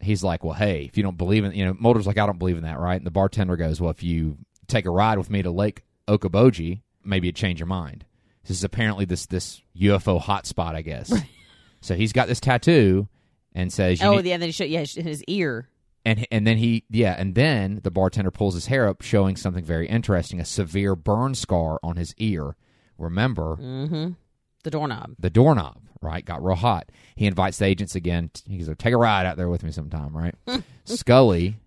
Speaker 1: He's like, "Well, hey, if you don't believe in, you know, Mulder's like, I don't believe in that, right?" And the bartender goes, "Well, if you take a ride with me to Lake Okoboji, maybe you'd change your mind." This is apparently this this UFO hotspot, I guess. so he's got this tattoo and says, you
Speaker 2: Oh,
Speaker 1: need-
Speaker 2: yeah, then he showed, yeah, his- his ear.
Speaker 1: and and then he yeah, and then the bartender pulls his hair up, showing something very interesting: a severe burn scar on his ear. Remember,
Speaker 2: Mm-hmm. The doorknob.
Speaker 1: the doorknob, right? Got real hot. He invites the agents again. T- He goes, take a ride out there with me sometime, right? Scully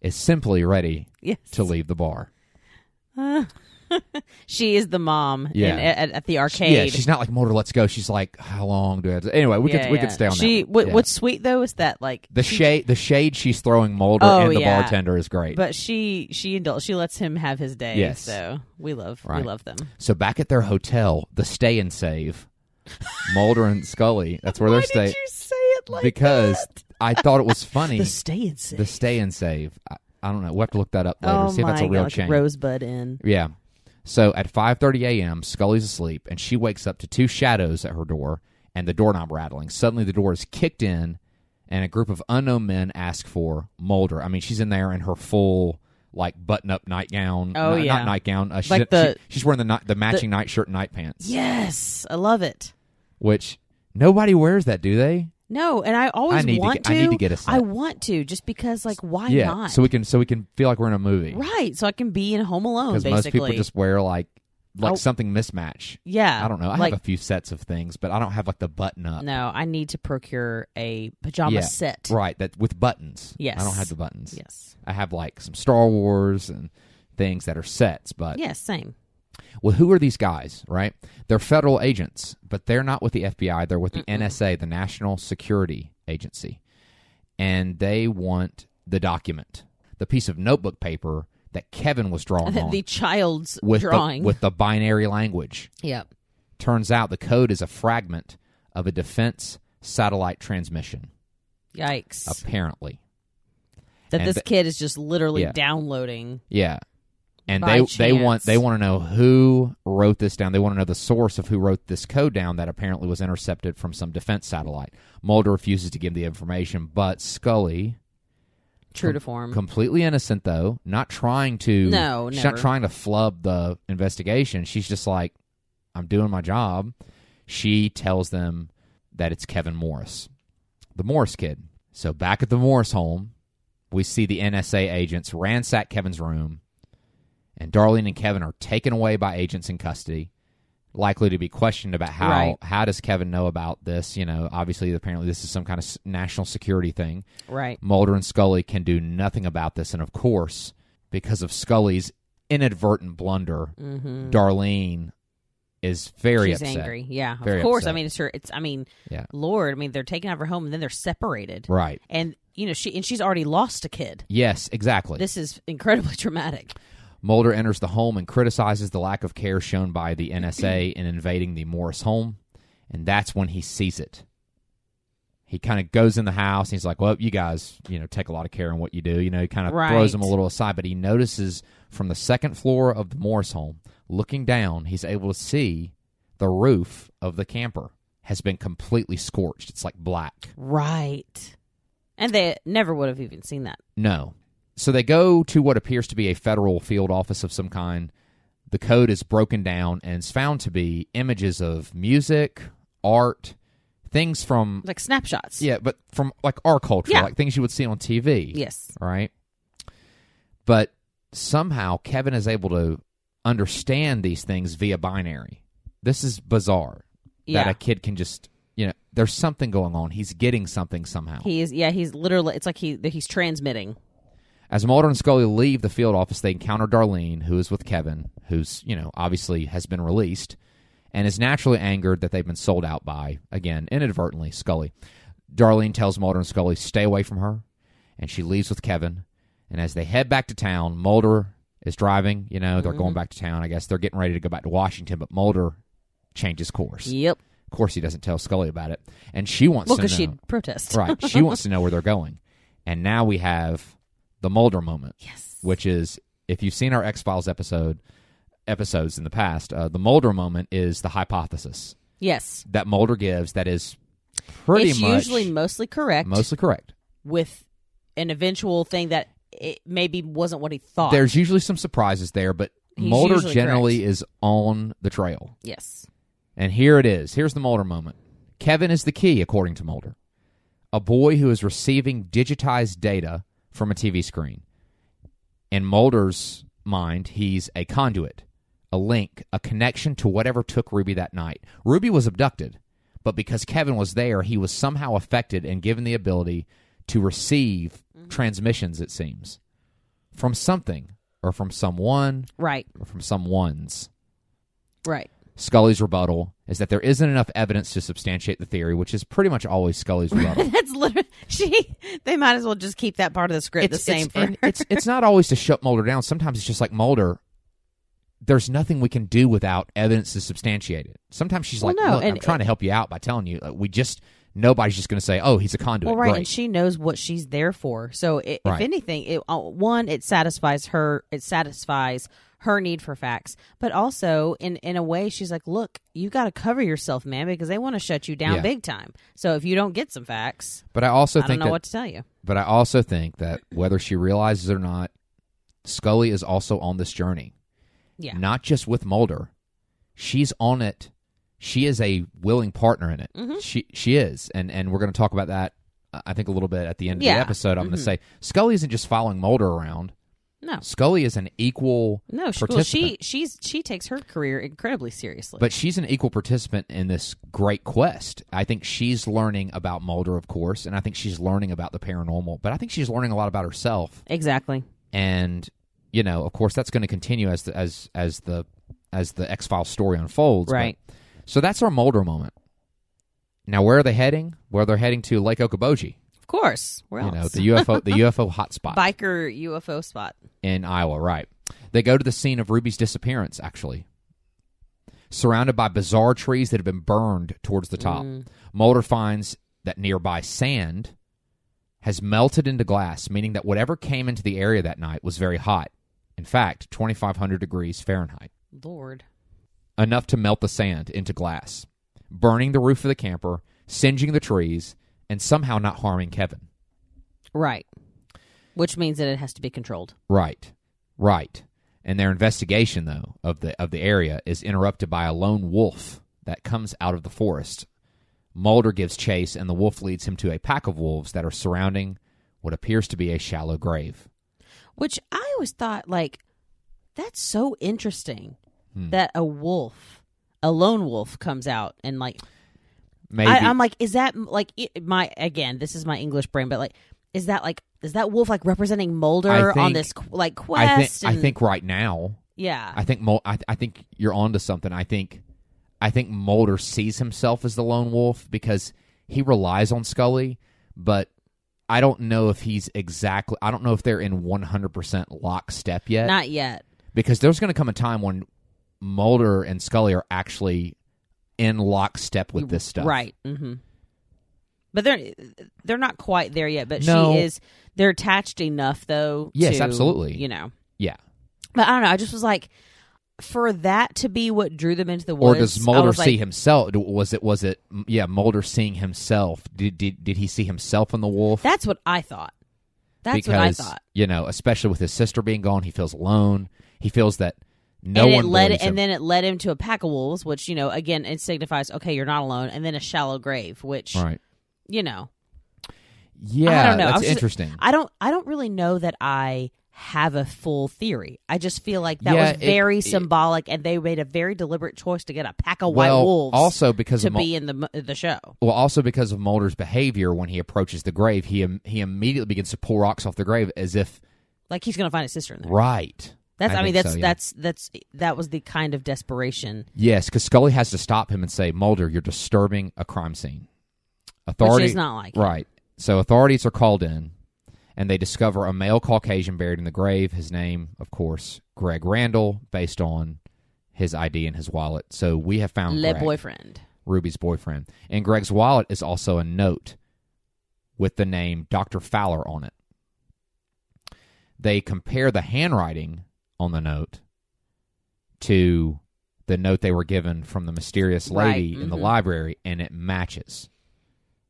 Speaker 1: is simply ready
Speaker 2: Yes.
Speaker 1: to leave the bar.
Speaker 2: She is the mom
Speaker 1: Yeah.
Speaker 2: in, at, at the
Speaker 1: Yeah,
Speaker 2: arcade.
Speaker 1: she's not like Motor, let's go. She's like, how long do I have to? Anyway, we
Speaker 2: Yeah,
Speaker 1: could we
Speaker 2: yeah.
Speaker 1: could stay on
Speaker 2: She
Speaker 1: that. one.
Speaker 2: what,
Speaker 1: Yeah.
Speaker 2: what's sweet though is that like
Speaker 1: the shade the shade she's throwing Mulder
Speaker 2: Oh,
Speaker 1: and the
Speaker 2: yeah.
Speaker 1: bartender is great.
Speaker 2: but she she indul- she lets him have his day.
Speaker 1: Yes.
Speaker 2: So we love
Speaker 1: Right.
Speaker 2: we love them.
Speaker 1: so back at their hotel, the stay and save, Mulder and Scully, that's where they're staying
Speaker 2: you say it like
Speaker 1: because I thought it was funny.
Speaker 2: the stay and sit.
Speaker 1: the stay and save. I, I don't know. We'll have to look that up later.
Speaker 2: oh
Speaker 1: see if
Speaker 2: my
Speaker 1: that's a real
Speaker 2: God,
Speaker 1: change.
Speaker 2: Rosebud Inn.
Speaker 1: Yeah. So at 5:30 a.m., Scully's asleep and she wakes up to two shadows at her door and the doorknob rattling. Suddenly the door is kicked in and a group of unknown men ask for Mulder. I mean, she's in there in her full like button up nightgown.
Speaker 2: Oh,
Speaker 1: n-
Speaker 2: yeah.
Speaker 1: not nightgown. Uh, she's,
Speaker 2: Like the-
Speaker 1: she- she's wearing the ni- the matching nightshirt and night pants.
Speaker 2: Yes, I love it.
Speaker 1: which nobody wears that, do they?
Speaker 2: No, and I always
Speaker 1: need to
Speaker 2: want
Speaker 1: get- I need to get a set.
Speaker 2: I want to just because, like, why
Speaker 1: yeah,
Speaker 2: not?
Speaker 1: so we can so we can feel like we're in a movie
Speaker 2: right, so I can be in Home Alone basically.
Speaker 1: most people just wear like like
Speaker 2: Oh.
Speaker 1: something mismatch.
Speaker 2: yeah.
Speaker 1: I don't know. I
Speaker 2: like,
Speaker 1: have a few sets of things, but I don't have like the button up.
Speaker 2: no. I need to procure a pajama
Speaker 1: Yeah,
Speaker 2: set.
Speaker 1: Right, that with buttons.
Speaker 2: Yes.
Speaker 1: I don't have the buttons.
Speaker 2: Yes.
Speaker 1: I have like some Star Wars and things that are sets, but
Speaker 2: Yes. Same.
Speaker 1: well, who are these guys, right? They're federal agents, but they're not with the FBI. They're with the NSA, the National Security Agency. And they want the document, the piece of notebook paper that Kevin was drawing on
Speaker 2: the child's
Speaker 1: with, the,
Speaker 2: drawing.
Speaker 1: with the binary language.
Speaker 2: yep.
Speaker 1: Turns out the code is a fragment of a defense satellite transmission,
Speaker 2: Yikes.
Speaker 1: apparently.
Speaker 2: that
Speaker 1: and
Speaker 2: this
Speaker 1: the-
Speaker 2: kid is just literally
Speaker 1: Yeah.
Speaker 2: downloading.
Speaker 1: Yeah. And
Speaker 2: By
Speaker 1: they they want
Speaker 2: chance.
Speaker 1: they want to know who wrote this down. They want to know the source of who wrote this code down that apparently was intercepted from some defense satellite. Mulder refuses to give the information, but Scully,
Speaker 2: True to form.
Speaker 1: completely innocent though, not trying to
Speaker 2: No,
Speaker 1: she's
Speaker 2: never.
Speaker 1: not trying to flub the investigation. She's just like, I'm doing my job. She tells them that it's Kevin Morris, the Morris kid. So back at the Morris home, we see the NSA agents ransack Kevin's room, and Darlene and Kevin are taken away by agents in custody, likely to be questioned about how
Speaker 2: Right.
Speaker 1: how does Kevin know about this? You know, obviously, apparently, this is some kind of s- national security thing.
Speaker 2: right.
Speaker 1: Mulder and Scully can do nothing about this, and of course, because of Scully's inadvertent blunder,
Speaker 2: Mm-hmm.
Speaker 1: Darlene is very
Speaker 2: She's
Speaker 1: upset.
Speaker 2: angry. Yeah.
Speaker 1: Very
Speaker 2: of course.
Speaker 1: upset.
Speaker 2: I mean, it's her. It's. I mean,
Speaker 1: Yeah.
Speaker 2: Lord. I mean, they're taking out of her home and then they're separated.
Speaker 1: Right.
Speaker 2: And you know, she and she's already lost a kid.
Speaker 1: Yes, exactly.
Speaker 2: This is incredibly traumatic.
Speaker 1: Mulder enters the home and criticizes the lack of care shown by the NSA in invading the Morris home, and that's when he sees it. He kind of goes in the house. And he's like, "Well, you guys, you know, take a lot of care in what you do." You know, he kind of throws
Speaker 2: Right.
Speaker 1: him a little aside, but he notices from the second floor of the Morris home, looking down, he's able to see the roof of the camper has been completely scorched. It's like black.
Speaker 2: Right. And they never would have even seen that.
Speaker 1: No. So they go to what appears to be a federal field office of some kind. The code is broken down and is found to be images of music, art, things from
Speaker 2: Like snapshots.
Speaker 1: yeah, but from like our culture,
Speaker 2: Yeah.
Speaker 1: like things you would see on TV.
Speaker 2: Yes.
Speaker 1: Right? But somehow Kevin is able to understand these things via binary. This is bizarre
Speaker 2: Yeah.
Speaker 1: that a kid can just, you know, there's something going on. He's getting something somehow.
Speaker 2: He is. Yeah. He's literally. It's like he. that He's transmitting.
Speaker 1: As Mulder and Scully leave the field office, they encounter Darlene, who is with Kevin, who's, you know, obviously has been released and is naturally angered that they've been sold out by, again, inadvertently, Scully. Darlene tells Mulder and Scully, stay away from her, and she leaves with Kevin. And as they head back to town, Mulder is driving, you know, they're going back to town. I guess they're getting ready to go back to Washington, but Mulder changes course.
Speaker 2: Yep.
Speaker 1: Of course, he doesn't tell Scully about it. And she wants
Speaker 2: Well,
Speaker 1: to
Speaker 2: because
Speaker 1: know.
Speaker 2: she'd protest.
Speaker 1: Right. She wants to know where they're going. And now we have the Mulder moment.
Speaker 2: Yes.
Speaker 1: Which is if you've seen our X Files episode episodes in the past, uh, the Mulder moment is the hypothesis
Speaker 2: Yes.
Speaker 1: that Mulder gives that is pretty
Speaker 2: it's
Speaker 1: much
Speaker 2: usually mostly correct.
Speaker 1: mostly correct.
Speaker 2: with an eventual thing that it maybe wasn't what he thought.
Speaker 1: There's usually some surprises there, but
Speaker 2: He's
Speaker 1: Mulder
Speaker 2: usually
Speaker 1: generally is on the trail.
Speaker 2: yes.
Speaker 1: And here it is. Here's the Mulder moment. Kevin is the key, according to Mulder. A boy who is receiving digitized data from a TV screen. In Mulder's mind, he's a conduit, a link, a connection to whatever took Ruby that night. Ruby was abducted, but because Kevin was there, he was somehow affected and given the ability to receive transmissions, it seems, from something or from someone
Speaker 2: Right.
Speaker 1: or from someone's.
Speaker 2: Right.
Speaker 1: Scully's rebuttal is that there isn't enough evidence to substantiate the theory, which is pretty much always Scully's rebuttal.
Speaker 2: That's literally she. They might as well just keep that part of the script the same
Speaker 1: it's,
Speaker 2: for.
Speaker 1: and it's it's not always to shut Mulder down. Sometimes it's just like Mulder. There's nothing we can do without evidence to substantiate it. Sometimes she's
Speaker 2: Well,
Speaker 1: like,
Speaker 2: no,
Speaker 1: "Look, I'm
Speaker 2: and-
Speaker 1: trying to help you out by telling you. Like, we just nobody's just going to say, oh, he's a conduit.
Speaker 2: Well, right,
Speaker 1: Great.
Speaker 2: and she knows what she's there for. So, i if
Speaker 1: Right.
Speaker 2: anything, it, uh, one, it satisfies her. It satisfies her need for facts, but also in in a way, she's like, "Look, you got to cover yourself, man, because they want to shut you down
Speaker 1: Yeah.
Speaker 2: big time. So if you don't get some facts,
Speaker 1: but I also
Speaker 2: I don't
Speaker 1: think
Speaker 2: know
Speaker 1: that
Speaker 2: what to tell you."
Speaker 1: but I also think that whether she realizes it or not, Scully is also on this journey,
Speaker 2: Yeah.
Speaker 1: not just with Mulder. She's on it. She is a willing partner in it.
Speaker 2: Mm-hmm.
Speaker 1: She she is, and and we're going to talk about that. uh, I think a little bit at the end of
Speaker 2: Yeah. Mm-hmm.
Speaker 1: the episode. I'm going to say Scully isn't just following Mulder around.
Speaker 2: No.
Speaker 1: Scully is an equal
Speaker 2: No, she, well,
Speaker 1: participant,
Speaker 2: she she's she takes her career incredibly seriously.
Speaker 1: but she's an equal participant in this great quest. I think she's learning about Mulder, of course, and I think she's learning about the paranormal. But I think she's learning a lot about herself
Speaker 2: exactly.
Speaker 1: and you know, of course, that's going to continue as the, as as the as the X Files story unfolds. but-
Speaker 2: Right.
Speaker 1: so that's our Mulder moment. Now, where are they heading? Well, they're heading to Lake Okoboji.
Speaker 2: Of course. Where
Speaker 1: You know,
Speaker 2: else?
Speaker 1: the UFO the UFO hotspot
Speaker 2: Biker UFO spot.
Speaker 1: in Iowa. Right. They go to the scene of Ruby's disappearance. Actually. Surrounded by bizarre trees that have been burned towards the top,
Speaker 2: Mm.
Speaker 1: Mulder finds that nearby sand has melted into glass, meaning that whatever came into the area that night was very hot. In fact, 2,500 degrees Fahrenheit,
Speaker 2: Lord.
Speaker 1: enough to melt the sand into glass, burning the roof of the camper, singeing the trees, and somehow not harming Kevin.
Speaker 2: Right. Which means that it has to be controlled.
Speaker 1: Right, right. And their investigation, though, of the of the area is interrupted by a lone wolf that comes out of the forest. Mulder gives chase, and the wolf leads him to a pack of wolves that are surrounding what appears to be a shallow grave.
Speaker 2: Which I always thought like that's so interesting
Speaker 1: Hmm.
Speaker 2: that a wolf, a lone wolf comes out and like
Speaker 1: Maybe
Speaker 2: I, I'm like is that like it- my again, this is my English brain but like is that like is that wolf like representing Mulder
Speaker 1: think-
Speaker 2: on this qu- like
Speaker 1: I think
Speaker 2: quest?
Speaker 1: I
Speaker 2: and-
Speaker 1: think right now
Speaker 2: yeah.
Speaker 1: I think Mul- I, I think you're onto something. I think I think Mulder sees himself as the lone wolf because he relies on Scully, but I don't know if he's exactly. I don't know if they're in 100 percent lockstep yet
Speaker 2: Not yet.
Speaker 1: because there's going to come a time when Mulder and Scully are actually in lockstep with this stuff,
Speaker 2: Right. hmm But they're they're not quite there yet. But
Speaker 1: No.
Speaker 2: she is. They're attached enough, though.
Speaker 1: Yes,
Speaker 2: to,
Speaker 1: absolutely.
Speaker 2: You know.
Speaker 1: Yeah.
Speaker 2: But I don't know. I just was like, for that to be what drew them into the
Speaker 1: Or
Speaker 2: woods.
Speaker 1: does
Speaker 2: I
Speaker 1: Mulder
Speaker 2: was
Speaker 1: see
Speaker 2: like,
Speaker 1: himself? Was it? Was it? Yeah, Mulder seeing himself. Did did, did he see himself in the wolf?
Speaker 2: That's what I thought. That's
Speaker 1: because
Speaker 2: what I thought.
Speaker 1: you know, especially with his sister being gone, he feels alone. He feels that no
Speaker 2: and
Speaker 1: one
Speaker 2: it led,
Speaker 1: believes him.
Speaker 2: and then it led him to a pack of wolves, which you know, again, it signifies okay, you're not alone, and then a shallow grave, which
Speaker 1: right?
Speaker 2: you know,
Speaker 1: Yeah,
Speaker 2: I don't know. I
Speaker 1: that's
Speaker 2: was just-
Speaker 1: interesting.
Speaker 2: I don't, I don't really know that I have a full theory. I just feel like that
Speaker 1: Yeah,
Speaker 2: was
Speaker 1: it-
Speaker 2: very
Speaker 1: it-
Speaker 2: symbolic, and they made a very deliberate choice to get a pack of
Speaker 1: well,
Speaker 2: white wolves
Speaker 1: also because
Speaker 2: to
Speaker 1: of Mul-
Speaker 2: be in the the show.
Speaker 1: well, also because of Mulder's behavior when he approaches the grave, he im- he immediately begins to pull rocks off the grave as if
Speaker 2: Like he's gonna find his sister in there.
Speaker 1: right.
Speaker 2: That's, I, mean,
Speaker 1: think
Speaker 2: that's
Speaker 1: so, yeah.
Speaker 2: that's that's that was the kind of desperation,
Speaker 1: yes, because Scully has to stop him and say, "Mulder, you're disturbing a crime scene." Authority
Speaker 2: which is not like
Speaker 1: Right. So authorities are called in and they discover a male Caucasian buried in the grave. His name, of course, Greg Randall, based on his ID and his wallet. So we have found
Speaker 2: le
Speaker 1: Greg,
Speaker 2: boyfriend.
Speaker 1: Ruby's boyfriend. And Greg's wallet is also a note with the name Dr. Fowler on it. They compare the handwriting on the note to the note they were given from the mysterious
Speaker 2: Right,
Speaker 1: lady in the
Speaker 2: mhm.
Speaker 1: library, and it matches.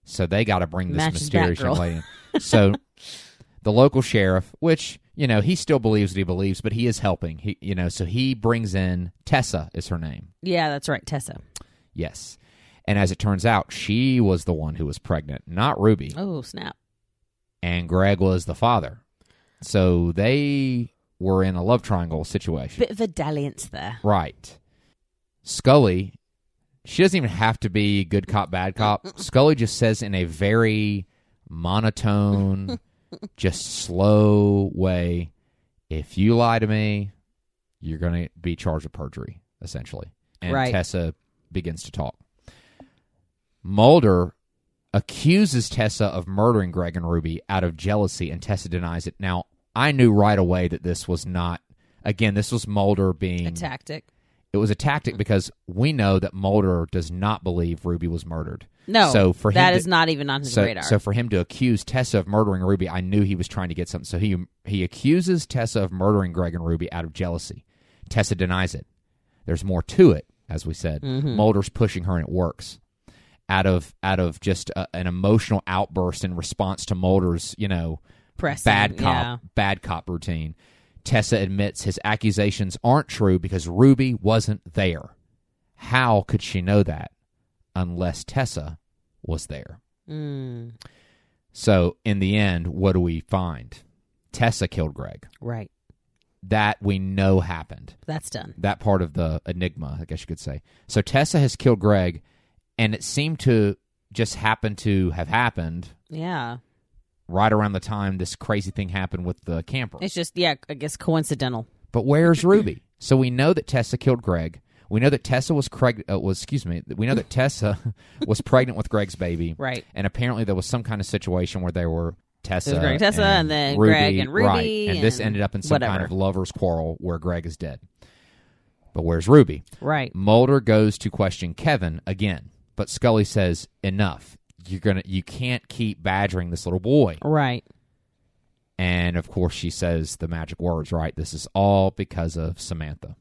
Speaker 1: So they got to bring this
Speaker 2: Matches that
Speaker 1: mysterious young
Speaker 2: girl.
Speaker 1: lady. In. So the local sheriff, which you know he still believes that he believes, but he is helping. He, you know, so he brings in Tessa is her name.
Speaker 2: Yeah, that's right, Tessa.
Speaker 1: Yes. And as it turns out, she was the one who was pregnant, not Ruby.
Speaker 2: Oh snap!
Speaker 1: And Greg was the father. So they were in a love triangle situation.
Speaker 2: Bit of a dalliance there.
Speaker 1: right. Scully, she doesn't even have to be good cop, bad cop. Scully just says in a very monotone, just slow way if you lie to me, you're going to be charged with perjury, essentially. And
Speaker 2: Right.
Speaker 1: Tessa begins to talk. Mulder accuses Tessa of murdering Greg and Ruby out of jealousy, and Tessa denies it. Now, I knew right away that this was not, again, this was Mulder being.
Speaker 2: A tactic.
Speaker 1: It was a tactic because we know that Mulder does not believe Ruby was murdered.
Speaker 2: No,
Speaker 1: So for
Speaker 2: that
Speaker 1: him to-
Speaker 2: is not even on his
Speaker 1: So,
Speaker 2: radar.
Speaker 1: so for him to accuse Tessa of murdering Ruby, I knew he was trying to get something. So he he accuses Tessa of murdering Greg and Ruby out of jealousy. Tessa denies it. There's more to it, as we said. Mulder's pushing her, and it works. Out of out of just a, an emotional outburst in response to Mulder's, you know,
Speaker 2: Pressing,
Speaker 1: bad cop
Speaker 2: yeah.
Speaker 1: bad cop routine. Tessa admits his accusations aren't true because Ruby wasn't there. How could she know that unless Tessa was there?
Speaker 2: Mm,
Speaker 1: So, in the end, what do we find? Tessa killed Greg.
Speaker 2: right.
Speaker 1: That we know happened.
Speaker 2: That's done.
Speaker 1: That part of the enigma, I guess you could say. So, Tessa has killed Greg, and it seemed to just happen to have happened
Speaker 2: Yeah.
Speaker 1: right around the time this crazy thing happened with the camper.
Speaker 2: It's just, yeah, I guess coincidental.
Speaker 1: But where's Ruby? So we know that Tessa killed Greg. We know that Tessa was Craig uh, was excuse me. We know that Tessa was pregnant with Greg's baby.
Speaker 2: Right.
Speaker 1: And apparently there was some kind of situation where there were Tessa,
Speaker 2: There was Greg, Tessa, and then
Speaker 1: Ruby,
Speaker 2: Greg and Ruby,
Speaker 1: right? And, this
Speaker 2: and
Speaker 1: ended up in some kind
Speaker 2: whatever.
Speaker 1: of lovers' quarrel where Greg is dead. But where's Ruby?
Speaker 2: Right.
Speaker 1: Mulder goes to question Kevin again, but Scully says, "Enough. You're gonna. You can't keep badgering this little boy."
Speaker 2: Right.
Speaker 1: And of course, she says the magic words, right? This is all because of Samantha.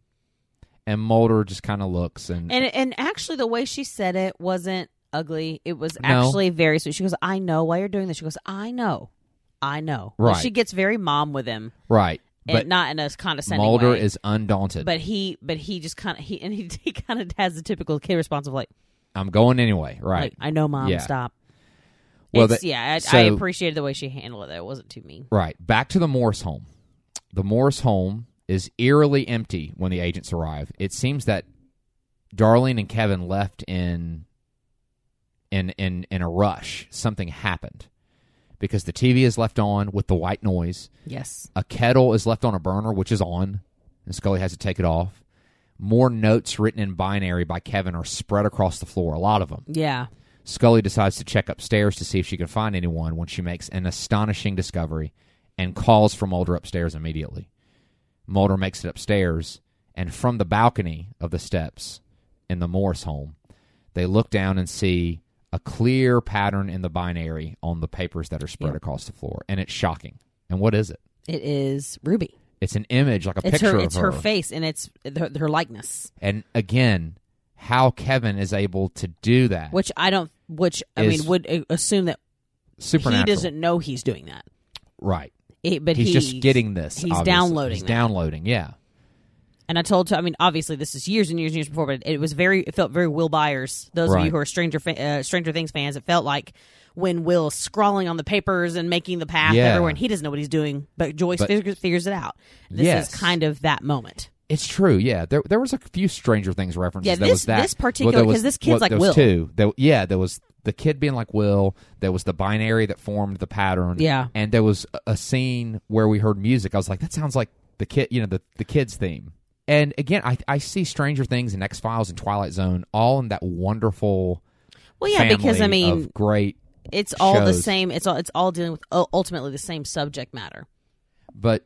Speaker 1: And Mulder just kind of looks and,
Speaker 2: And and actually, the way she said it wasn't ugly. It was
Speaker 1: No.
Speaker 2: actually very sweet. She goes, "I know why you're doing this." She goes, "I know, I know."
Speaker 1: Right.
Speaker 2: She gets very mom with him,
Speaker 1: right, but
Speaker 2: and not in a condescending
Speaker 1: Mulder
Speaker 2: way.
Speaker 1: is undaunted.
Speaker 2: but he, but he just kind of he and he, he kind of has the typical kid response of like,
Speaker 1: I'm going anyway, right?
Speaker 2: like I know, mom,
Speaker 1: Yeah.
Speaker 2: stop.
Speaker 1: Well,
Speaker 2: it's,
Speaker 1: that-
Speaker 2: yeah, I,
Speaker 1: so-
Speaker 2: I appreciated the way she handled it. It wasn't too mean.
Speaker 1: right. Back to the Morris home. The Morris home is eerily empty when the agents arrive. It seems that Darlene and Kevin left in in in in a rush. Something happened because the TV is left on with the white noise.
Speaker 2: Yes.
Speaker 1: A kettle is left on a burner, which is on, and Scully has to take it off. More notes written in binary by Kevin are spread across the floor, a lot of them.
Speaker 2: Yeah.
Speaker 1: Scully decides to check upstairs to see if she can find anyone when she makes an astonishing discovery and calls for Mulder upstairs immediately. Mulder makes it upstairs, and from the balcony of the steps in the Morris home, they look down and see a clear pattern in the binary on the papers that are spread
Speaker 2: Yeah.
Speaker 1: across the floor, and it's shocking. And what is it?
Speaker 2: It is Ruby.
Speaker 1: It's an image, like a
Speaker 2: It's
Speaker 1: picture
Speaker 2: her.
Speaker 1: of
Speaker 2: It's her. face, and it's her, her likeness.
Speaker 1: and again, how Kevin is able to do that?
Speaker 2: Which I don't. Which I
Speaker 1: Is-
Speaker 2: mean, would uh, assume that he
Speaker 1: supernatural,
Speaker 2: doesn't know he's doing that.
Speaker 1: right?
Speaker 2: It, but
Speaker 1: He's, just getting this.
Speaker 2: he's
Speaker 1: obviously.
Speaker 2: downloading
Speaker 1: He's
Speaker 2: that.
Speaker 1: downloading. Yeah,
Speaker 2: And I told, I mean, obviously this is years and years and years before, but it was very, it felt very Will Byers. Those of
Speaker 1: Right.
Speaker 2: you who are Stranger fa- uh, Stranger Things fans, it felt like when Will's scrawling on the papers and making the path
Speaker 1: Yeah.
Speaker 2: everywhere, and he doesn't know what he's doing, but Joyce
Speaker 1: But-
Speaker 2: figures, figures it out. This
Speaker 1: Yes.
Speaker 2: is kind of that moment.
Speaker 1: it's true. Yeah, there there was a few Stranger Things references.
Speaker 2: Yeah,
Speaker 1: there
Speaker 2: this-
Speaker 1: was that
Speaker 2: this
Speaker 1: well,
Speaker 2: particular-
Speaker 1: there was-
Speaker 2: 'cause this kid's
Speaker 1: well,
Speaker 2: like
Speaker 1: there was
Speaker 2: Will.
Speaker 1: Two. There- yeah, there was the kid being like Will. There was the binary that formed the pattern.
Speaker 2: Yeah.
Speaker 1: and there was a- a scene where we heard music. I was like, that sounds like the kid. You know, the the kids theme. And again, I I see Stranger Things and X Files and Twilight Zone all in that wonderful.
Speaker 2: Well, yeah, because I
Speaker 1: family of
Speaker 2: mean,
Speaker 1: great,
Speaker 2: it's all the
Speaker 1: shows.
Speaker 2: same. It's all, it's all dealing with uh, ultimately the same subject matter.
Speaker 1: but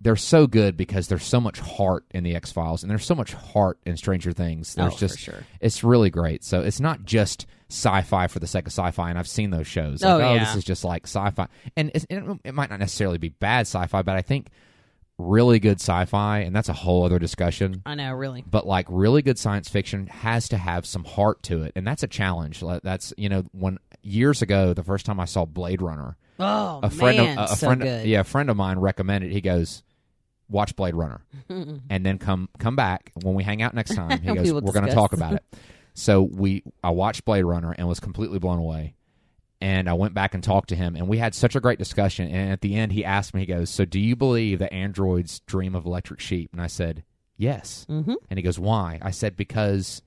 Speaker 1: they're so good because there's so much heart in the X Files and there's so much heart in Stranger Things. There's
Speaker 2: Oh, for
Speaker 1: just
Speaker 2: sure.
Speaker 1: it's really great. So it's not just sci-fi for the sake of sci-fi. And I've seen those shows.
Speaker 2: Oh,
Speaker 1: Like, oh,
Speaker 2: yeah.
Speaker 1: this is just like sci-fi, and it's, it, it might not necessarily be bad sci-fi, but I think really good sci-fi, and that's a whole other discussion
Speaker 2: I know, really.
Speaker 1: but like really good science fiction has to have some heart to it and that's a challenge Like, that's you know when years ago the first time i saw blade runner
Speaker 2: Oh
Speaker 1: a
Speaker 2: man,
Speaker 1: friend of, a, a
Speaker 2: so
Speaker 1: friend
Speaker 2: good.
Speaker 1: yeah a friend of mine recommended he goes watch blade runner
Speaker 2: Mm-hmm.
Speaker 1: and then come come back when we hang out next time he
Speaker 2: We
Speaker 1: goes
Speaker 2: will
Speaker 1: we're going to
Speaker 2: discuss."
Speaker 1: talk about it so we i watched blade runner and was completely blown away and i went back and talked to him and we had such a great discussion and at the end he asked me he goes so do you believe that androids dream of electric sheep and i said yes
Speaker 2: Mm-hmm.
Speaker 1: and he goes, Why? I said, Because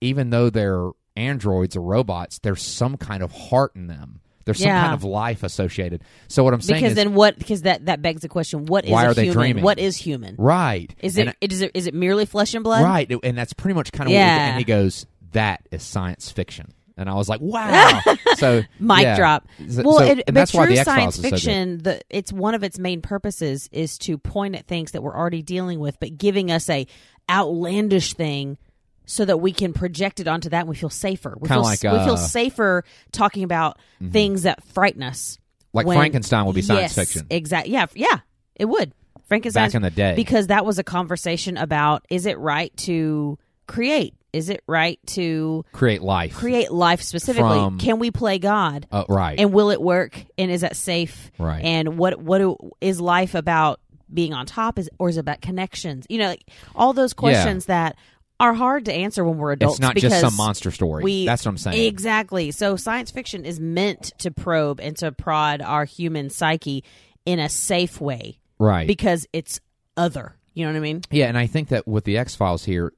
Speaker 1: even though they're androids or robots, there's some kind of heart in them. There's some
Speaker 2: Yeah.
Speaker 1: kind of life associated. So what I'm saying
Speaker 2: Because
Speaker 1: is
Speaker 2: then what? Because that that begs the question: What is
Speaker 1: Why
Speaker 2: a
Speaker 1: are they
Speaker 2: human?
Speaker 1: dreaming?
Speaker 2: What is human?
Speaker 1: Right.
Speaker 2: Is
Speaker 1: And
Speaker 2: it, it is it is it merely flesh and blood?
Speaker 1: right. And that's pretty much kind of what we
Speaker 2: Yeah.
Speaker 1: did. and he goes, That is science fiction. And I was like, Wow. so
Speaker 2: Mic
Speaker 1: yeah.
Speaker 2: drop.
Speaker 1: So-
Speaker 2: well,
Speaker 1: so-
Speaker 2: it, but
Speaker 1: and that's
Speaker 2: true
Speaker 1: why the X
Speaker 2: science
Speaker 1: Files is so good.
Speaker 2: fiction, the it's one of its main purposes is to point at things that we're already dealing with, but giving us a outlandish thing so that we can project it onto that and we feel safer. We
Speaker 1: Kinda
Speaker 2: feel,
Speaker 1: like,
Speaker 2: we
Speaker 1: uh,
Speaker 2: feel safer talking about things that frighten us.
Speaker 1: Like
Speaker 2: when-
Speaker 1: Frankenstein would be science
Speaker 2: Yes,
Speaker 1: fiction.
Speaker 2: Exactly. Yeah. Yeah. It would. Frankenstein
Speaker 1: Back in the day.
Speaker 2: because that was a conversation about is it right to create? Is it right to
Speaker 1: Create life.
Speaker 2: create life specifically?
Speaker 1: From-
Speaker 2: Can we play God?
Speaker 1: uh, right.
Speaker 2: and will it work? And is that safe?
Speaker 1: Right.
Speaker 2: And what what do, is life about being on top is or is it about connections you know like all those questions that are hard to answer when we're adults
Speaker 1: it's not
Speaker 2: because
Speaker 1: just some monster story.
Speaker 2: we-
Speaker 1: That's what I'm saying.
Speaker 2: Exactly. So science fiction is meant to probe and to prod our human psyche in a safe way
Speaker 1: right.
Speaker 2: because it's other. You know what I mean?
Speaker 1: Yeah, and I think that with the X Files here,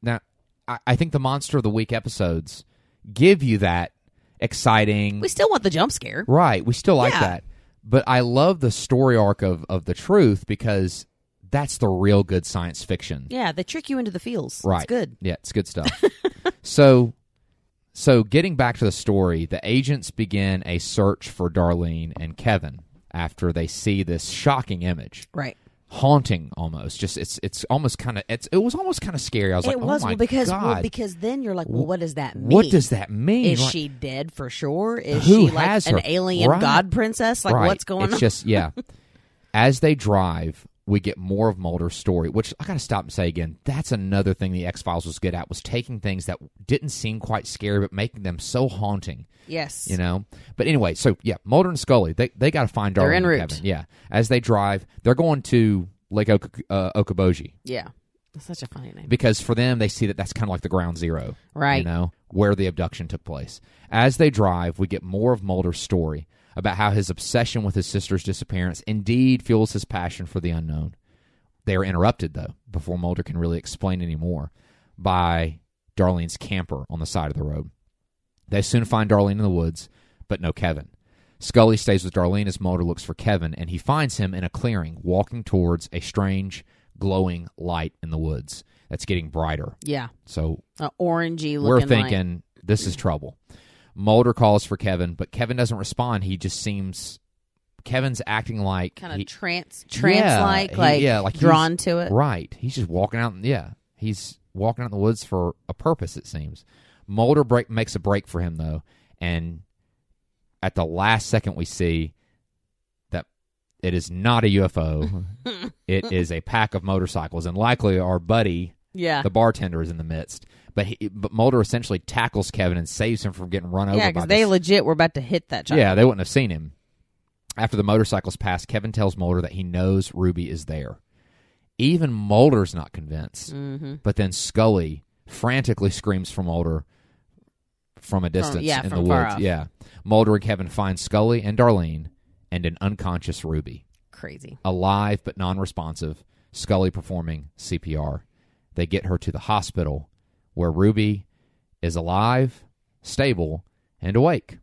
Speaker 1: now I, I think the Monster of the Week episodes give you that exciting.
Speaker 2: We still want the jump scare.
Speaker 1: right, we still like
Speaker 2: Yeah.
Speaker 1: that, but I love the story arc of of the truth because that's the real good science fiction.
Speaker 2: Yeah, they trick you into the feels.
Speaker 1: right,
Speaker 2: It's good.
Speaker 1: Yeah, it's good stuff. so, so getting back to the story, the agents begin a search for Darlene and Kevin after they see this shocking image
Speaker 2: Right.
Speaker 1: haunting almost just it's it's almost kind of it's it was almost kind of scary i was
Speaker 2: It
Speaker 1: like
Speaker 2: was
Speaker 1: oh my
Speaker 2: well, because well,
Speaker 1: god
Speaker 2: because then you're like, well, what does that mean?
Speaker 1: what does that mean
Speaker 2: is
Speaker 1: Like,
Speaker 2: she dead for sure? Is
Speaker 1: Who
Speaker 2: she like
Speaker 1: has
Speaker 2: an
Speaker 1: her?
Speaker 2: alien
Speaker 1: Right.
Speaker 2: god princess? Like
Speaker 1: right.
Speaker 2: what's going
Speaker 1: it's
Speaker 2: on?
Speaker 1: just yeah as they drive we get more of mulder's story which i gotta stop and say again that's another thing the x-files was good at was taking things that didn't seem quite scary but making them so haunting
Speaker 2: yes.
Speaker 1: you know but anyway so yeah mulder and scully they, they gotta find
Speaker 2: They're
Speaker 1: Darlene
Speaker 2: en
Speaker 1: and
Speaker 2: route.
Speaker 1: Kevin. yeah as they drive they're going to lake Ok uh, okoboji
Speaker 2: Yeah. That's such a funny name.
Speaker 1: because for them they see that that's kind of like the ground zero
Speaker 2: Right.
Speaker 1: you know where the abduction took place as they drive we get more of mulder's story about how his obsession with his sister's disappearance indeed fuels his passion for the unknown they are interrupted though before mulder can really explain any more by darlene's camper on the side of the road they soon find darlene in the woods but no kevin Scully stays with Darlene as Mulder looks for Kevin, and he finds him in a clearing, walking towards a strange, glowing light in the woods that's getting brighter.
Speaker 2: Yeah.
Speaker 1: So
Speaker 2: An orangey looking
Speaker 1: we're
Speaker 2: like-
Speaker 1: thinking this is trouble. Mulder calls for Kevin, but Kevin doesn't respond. He just seems Kevin's acting like
Speaker 2: kind
Speaker 1: he-
Speaker 2: of trance trance like
Speaker 1: he-
Speaker 2: like,
Speaker 1: yeah, like he's-
Speaker 2: drawn to it
Speaker 1: Right. He's just walking out. Yeah. He's walking out in the woods for a purpose, it seems. Mulder break, makes a break for him, though. And at the last second, we see that it is not a UFO. it is a pack of motorcycles. And likely our buddy,
Speaker 2: yeah
Speaker 1: the bartender, is in the midst. But, he, but Mulder essentially tackles Kevin and saves him from getting run over
Speaker 2: yeah
Speaker 1: by
Speaker 2: because
Speaker 1: this
Speaker 2: they legit were about to hit that child
Speaker 1: yeah, they wouldn't have seen him. After the motorcycles pass, Kevin tells Mulder that he knows Ruby is there. Even Mulder's not convinced.
Speaker 2: mm-hmm.
Speaker 1: But then Scully frantically screams for Mulder from a distance
Speaker 2: yeah,
Speaker 1: in
Speaker 2: from
Speaker 1: the
Speaker 2: far
Speaker 1: woods.
Speaker 2: off.
Speaker 1: Yeah. Mulder and Kevin find Scully and Darlene and an unconscious Ruby,
Speaker 2: crazy
Speaker 1: alive but non responsive, Scully performing CPR. They get her to the hospital where Ruby is alive, stable, and awake.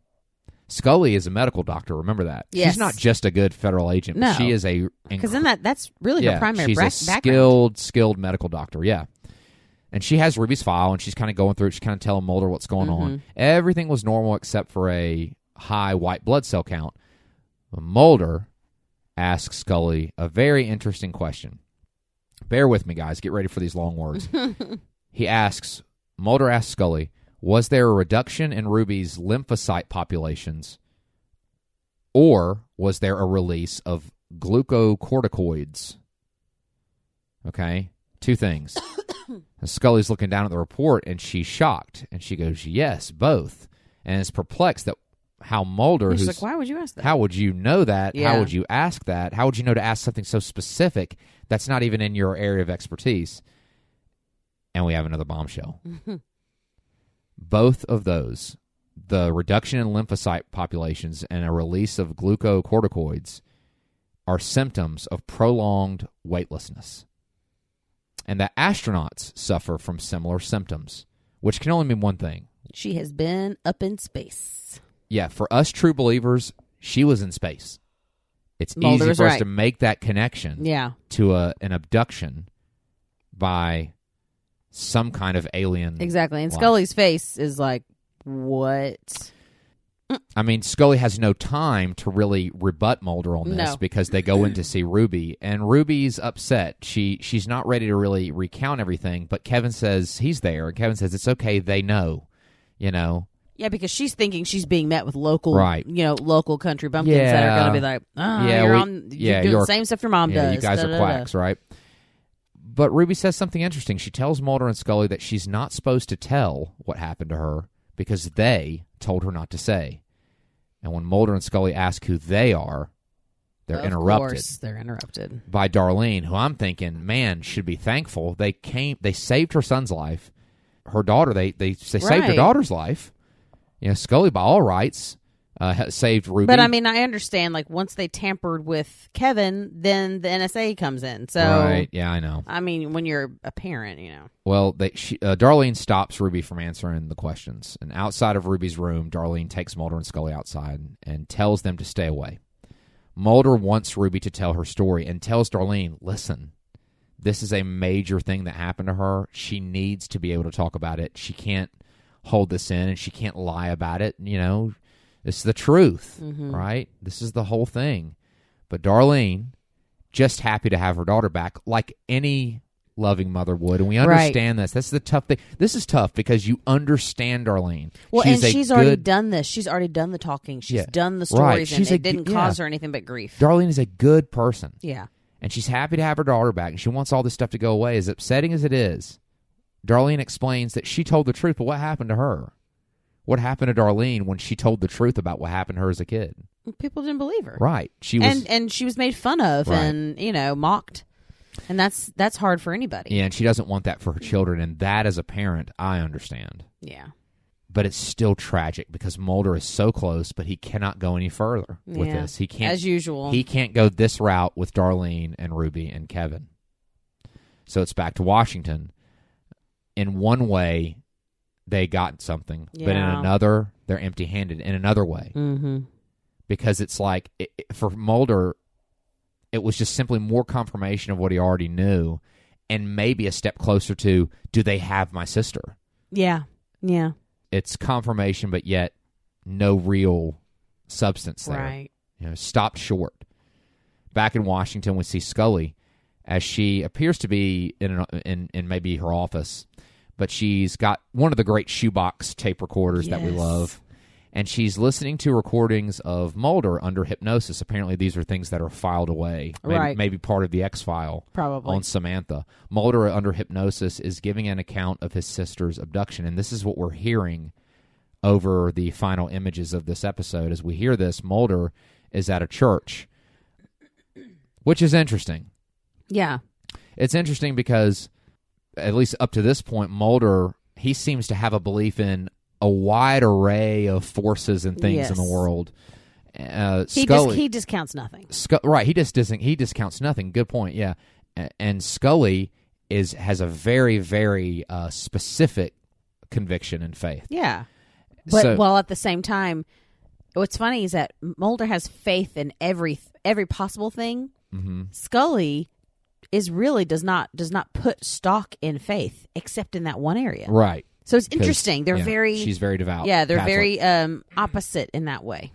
Speaker 1: Scully is a medical doctor. Remember that.
Speaker 2: Yes.
Speaker 1: She's not just a good federal agent. but
Speaker 2: No.
Speaker 1: She is a
Speaker 2: because then that that's really
Speaker 1: yeah,
Speaker 2: her primary
Speaker 1: she's
Speaker 2: bra-
Speaker 1: a
Speaker 2: background
Speaker 1: skilled, skilled medical doctor. Yeah, and she has Ruby's file, and she's kind of going through. it. She's kind of telling Mulder what's going
Speaker 2: Mm-hmm.
Speaker 1: on. Everything was normal except for a high white blood cell count. Mulder asks Scully a very interesting question. Bear with me, guys. Get ready for these long words. he asks Mulder asks Scully, "Was there a reduction in Ruby's lymphocyte populations?" or was there a release of glucocorticoids? Okay, two things. And Scully's looking down at the report and she's shocked and she goes, "Yes, both," and is perplexed that how Mulder,
Speaker 2: she's
Speaker 1: who's
Speaker 2: like why would you ask that
Speaker 1: how would you know that?
Speaker 2: Yeah.
Speaker 1: How would you ask that? How would you know to ask something so specific that's not even in your area of expertise? And we have another bombshell.
Speaker 2: Mm-hmm.
Speaker 1: Both of those, the reduction in lymphocyte populations and a release of glucocorticoids, are symptoms of prolonged weightlessness. And that astronauts suffer from similar symptoms, which can only mean one thing
Speaker 2: she has been up in space
Speaker 1: yeah, for us true believers, she was in space. It's
Speaker 2: Mulder
Speaker 1: easy
Speaker 2: was
Speaker 1: for us
Speaker 2: right.
Speaker 1: to make that connection
Speaker 2: yeah
Speaker 1: to a, an abduction by some kind of alien.
Speaker 2: exactly and
Speaker 1: Mm. Wow.
Speaker 2: Scully's face is like what
Speaker 1: I mean, Scully has no time to really rebut Mulder on this
Speaker 2: No.
Speaker 1: because they go in to see Ruby, and Ruby's upset. She she's not ready to really recount everything, but Kevin says he's there, and Kevin says it's okay. They know, you know.
Speaker 2: yeah because she's thinking she's being met with local
Speaker 1: Right.
Speaker 2: you know local country bumpkins that are gonna
Speaker 1: Yeah.
Speaker 2: be like oh,
Speaker 1: Yeah,
Speaker 2: you're
Speaker 1: we-
Speaker 2: on you're
Speaker 1: yeah,
Speaker 2: doing
Speaker 1: you're-
Speaker 2: the same stuff your mom
Speaker 1: yeah,
Speaker 2: does
Speaker 1: You guys
Speaker 2: da, da,
Speaker 1: are
Speaker 2: da, da.
Speaker 1: quacks, right? But Ruby says something interesting. She tells Mulder and Scully that she's not supposed to tell what happened to her because they told her not to say. And when Mulder and Scully ask who they are, They're
Speaker 2: Of
Speaker 1: interrupted
Speaker 2: course, they're interrupted.
Speaker 1: by Darlene, who I'm thinking, man, should be thankful they came. They saved her son's life. Her daughter, they they, they saved her
Speaker 2: Right.
Speaker 1: daughter's life. You know, Scully, by all rights, uh, ha- saved Ruby.
Speaker 2: But I mean, I understand. Like once they tampered with Kevin, then the NSA comes in. So
Speaker 1: right? Yeah, I know.
Speaker 2: I mean, when you're a parent, you know,
Speaker 1: Well, they, she, uh, Darlene stops Ruby from answering the questions. And outside of Ruby's room, Darlene takes Mulder and Scully outside and tells them to stay away. Mulder wants Ruby to tell her story and tells Darlene, listen, this is a major thing that happened to her. She needs to be able to talk about it. She can't hold this in and she can't lie about it. You know, it's the truth,
Speaker 2: Mm-hmm.
Speaker 1: right? This is the whole thing. But Darlene, just happy to have her daughter back, like any loving mother would. And we
Speaker 2: Right.
Speaker 1: understand this. That's the tough thing. This is tough because you understand Darlene.
Speaker 2: well,
Speaker 1: she's
Speaker 2: and
Speaker 1: a
Speaker 2: she's already
Speaker 1: good,
Speaker 2: done this. She's already done the talking. She's
Speaker 1: Yeah.
Speaker 2: done the stories,
Speaker 1: Right.
Speaker 2: and
Speaker 1: She's
Speaker 2: it
Speaker 1: a g-
Speaker 2: didn't
Speaker 1: yeah.
Speaker 2: cause her anything but grief.
Speaker 1: Darlene is a good person.
Speaker 2: yeah,
Speaker 1: and she's happy to have her daughter back and she wants all this stuff to go away as upsetting as it is darlene explains that she told the truth but what happened to her what happened to darlene when she told the truth about what happened to her as a kid
Speaker 2: people didn't believe her,
Speaker 1: right she was
Speaker 2: and and she was made fun of
Speaker 1: Right.
Speaker 2: and you know mocked, and that's that's hard for anybody.
Speaker 1: yeah and she doesn't want that for her children and that as a parent i understand
Speaker 2: Yeah.
Speaker 1: but it's still tragic because mulder is so close but he cannot go any further with
Speaker 2: Yeah.
Speaker 1: this he can't
Speaker 2: as usual.
Speaker 1: He can't go this route with Darlene and Ruby and Kevin. So it's back to Washington. In one way, they got something, but in
Speaker 2: Yeah.
Speaker 1: another, they're empty handed in another way
Speaker 2: mm-hmm.
Speaker 1: because it's like it, it- for Mulder, it was just simply more confirmation of what he already knew and maybe a step closer to do they have my sister?
Speaker 2: Yeah. Yeah.
Speaker 1: It's confirmation, but yet no real substance there
Speaker 2: Right.
Speaker 1: you know, stopped short. Back in Washington, we see Scully as she appears to be in an, in, in maybe her office, but she's got one of the great shoebox tape recorders that we
Speaker 2: Yes.
Speaker 1: love. And she's listening to recordings of Mulder under hypnosis. Apparently, these are things that are filed away, maybe,
Speaker 2: Right.
Speaker 1: maybe part of the X file
Speaker 2: Probably.
Speaker 1: on Samantha. Mulder, under hypnosis, is giving an account of his sister's abduction, and this is what we're hearing over the final images of this episode. As we hear this, Mulder is at a church, which is interesting.
Speaker 2: yeah.
Speaker 1: It's interesting because, at least up to this point, Mulder he seems to have a belief in a wide array of forces and things in the
Speaker 2: Yes.
Speaker 1: world. Uh,
Speaker 2: He
Speaker 1: Scully,
Speaker 2: just he discounts nothing.
Speaker 1: Scu- right, he just doesn't. He discounts nothing. Good point. Yeah, A- and Scully is has a very very uh, specific conviction and faith.
Speaker 2: Yeah. But
Speaker 1: So-
Speaker 2: while at the same time, what's funny is that Mulder has faith in every every possible thing.
Speaker 1: hmm
Speaker 2: Scully is really does not does not put stock in faith except in that one area.
Speaker 1: Right.
Speaker 2: So it's
Speaker 1: 'Cause,
Speaker 2: interesting. They're
Speaker 1: yeah,
Speaker 2: very
Speaker 1: She's very devout.
Speaker 2: yeah, they're
Speaker 1: Catholic.
Speaker 2: very um opposite in that way.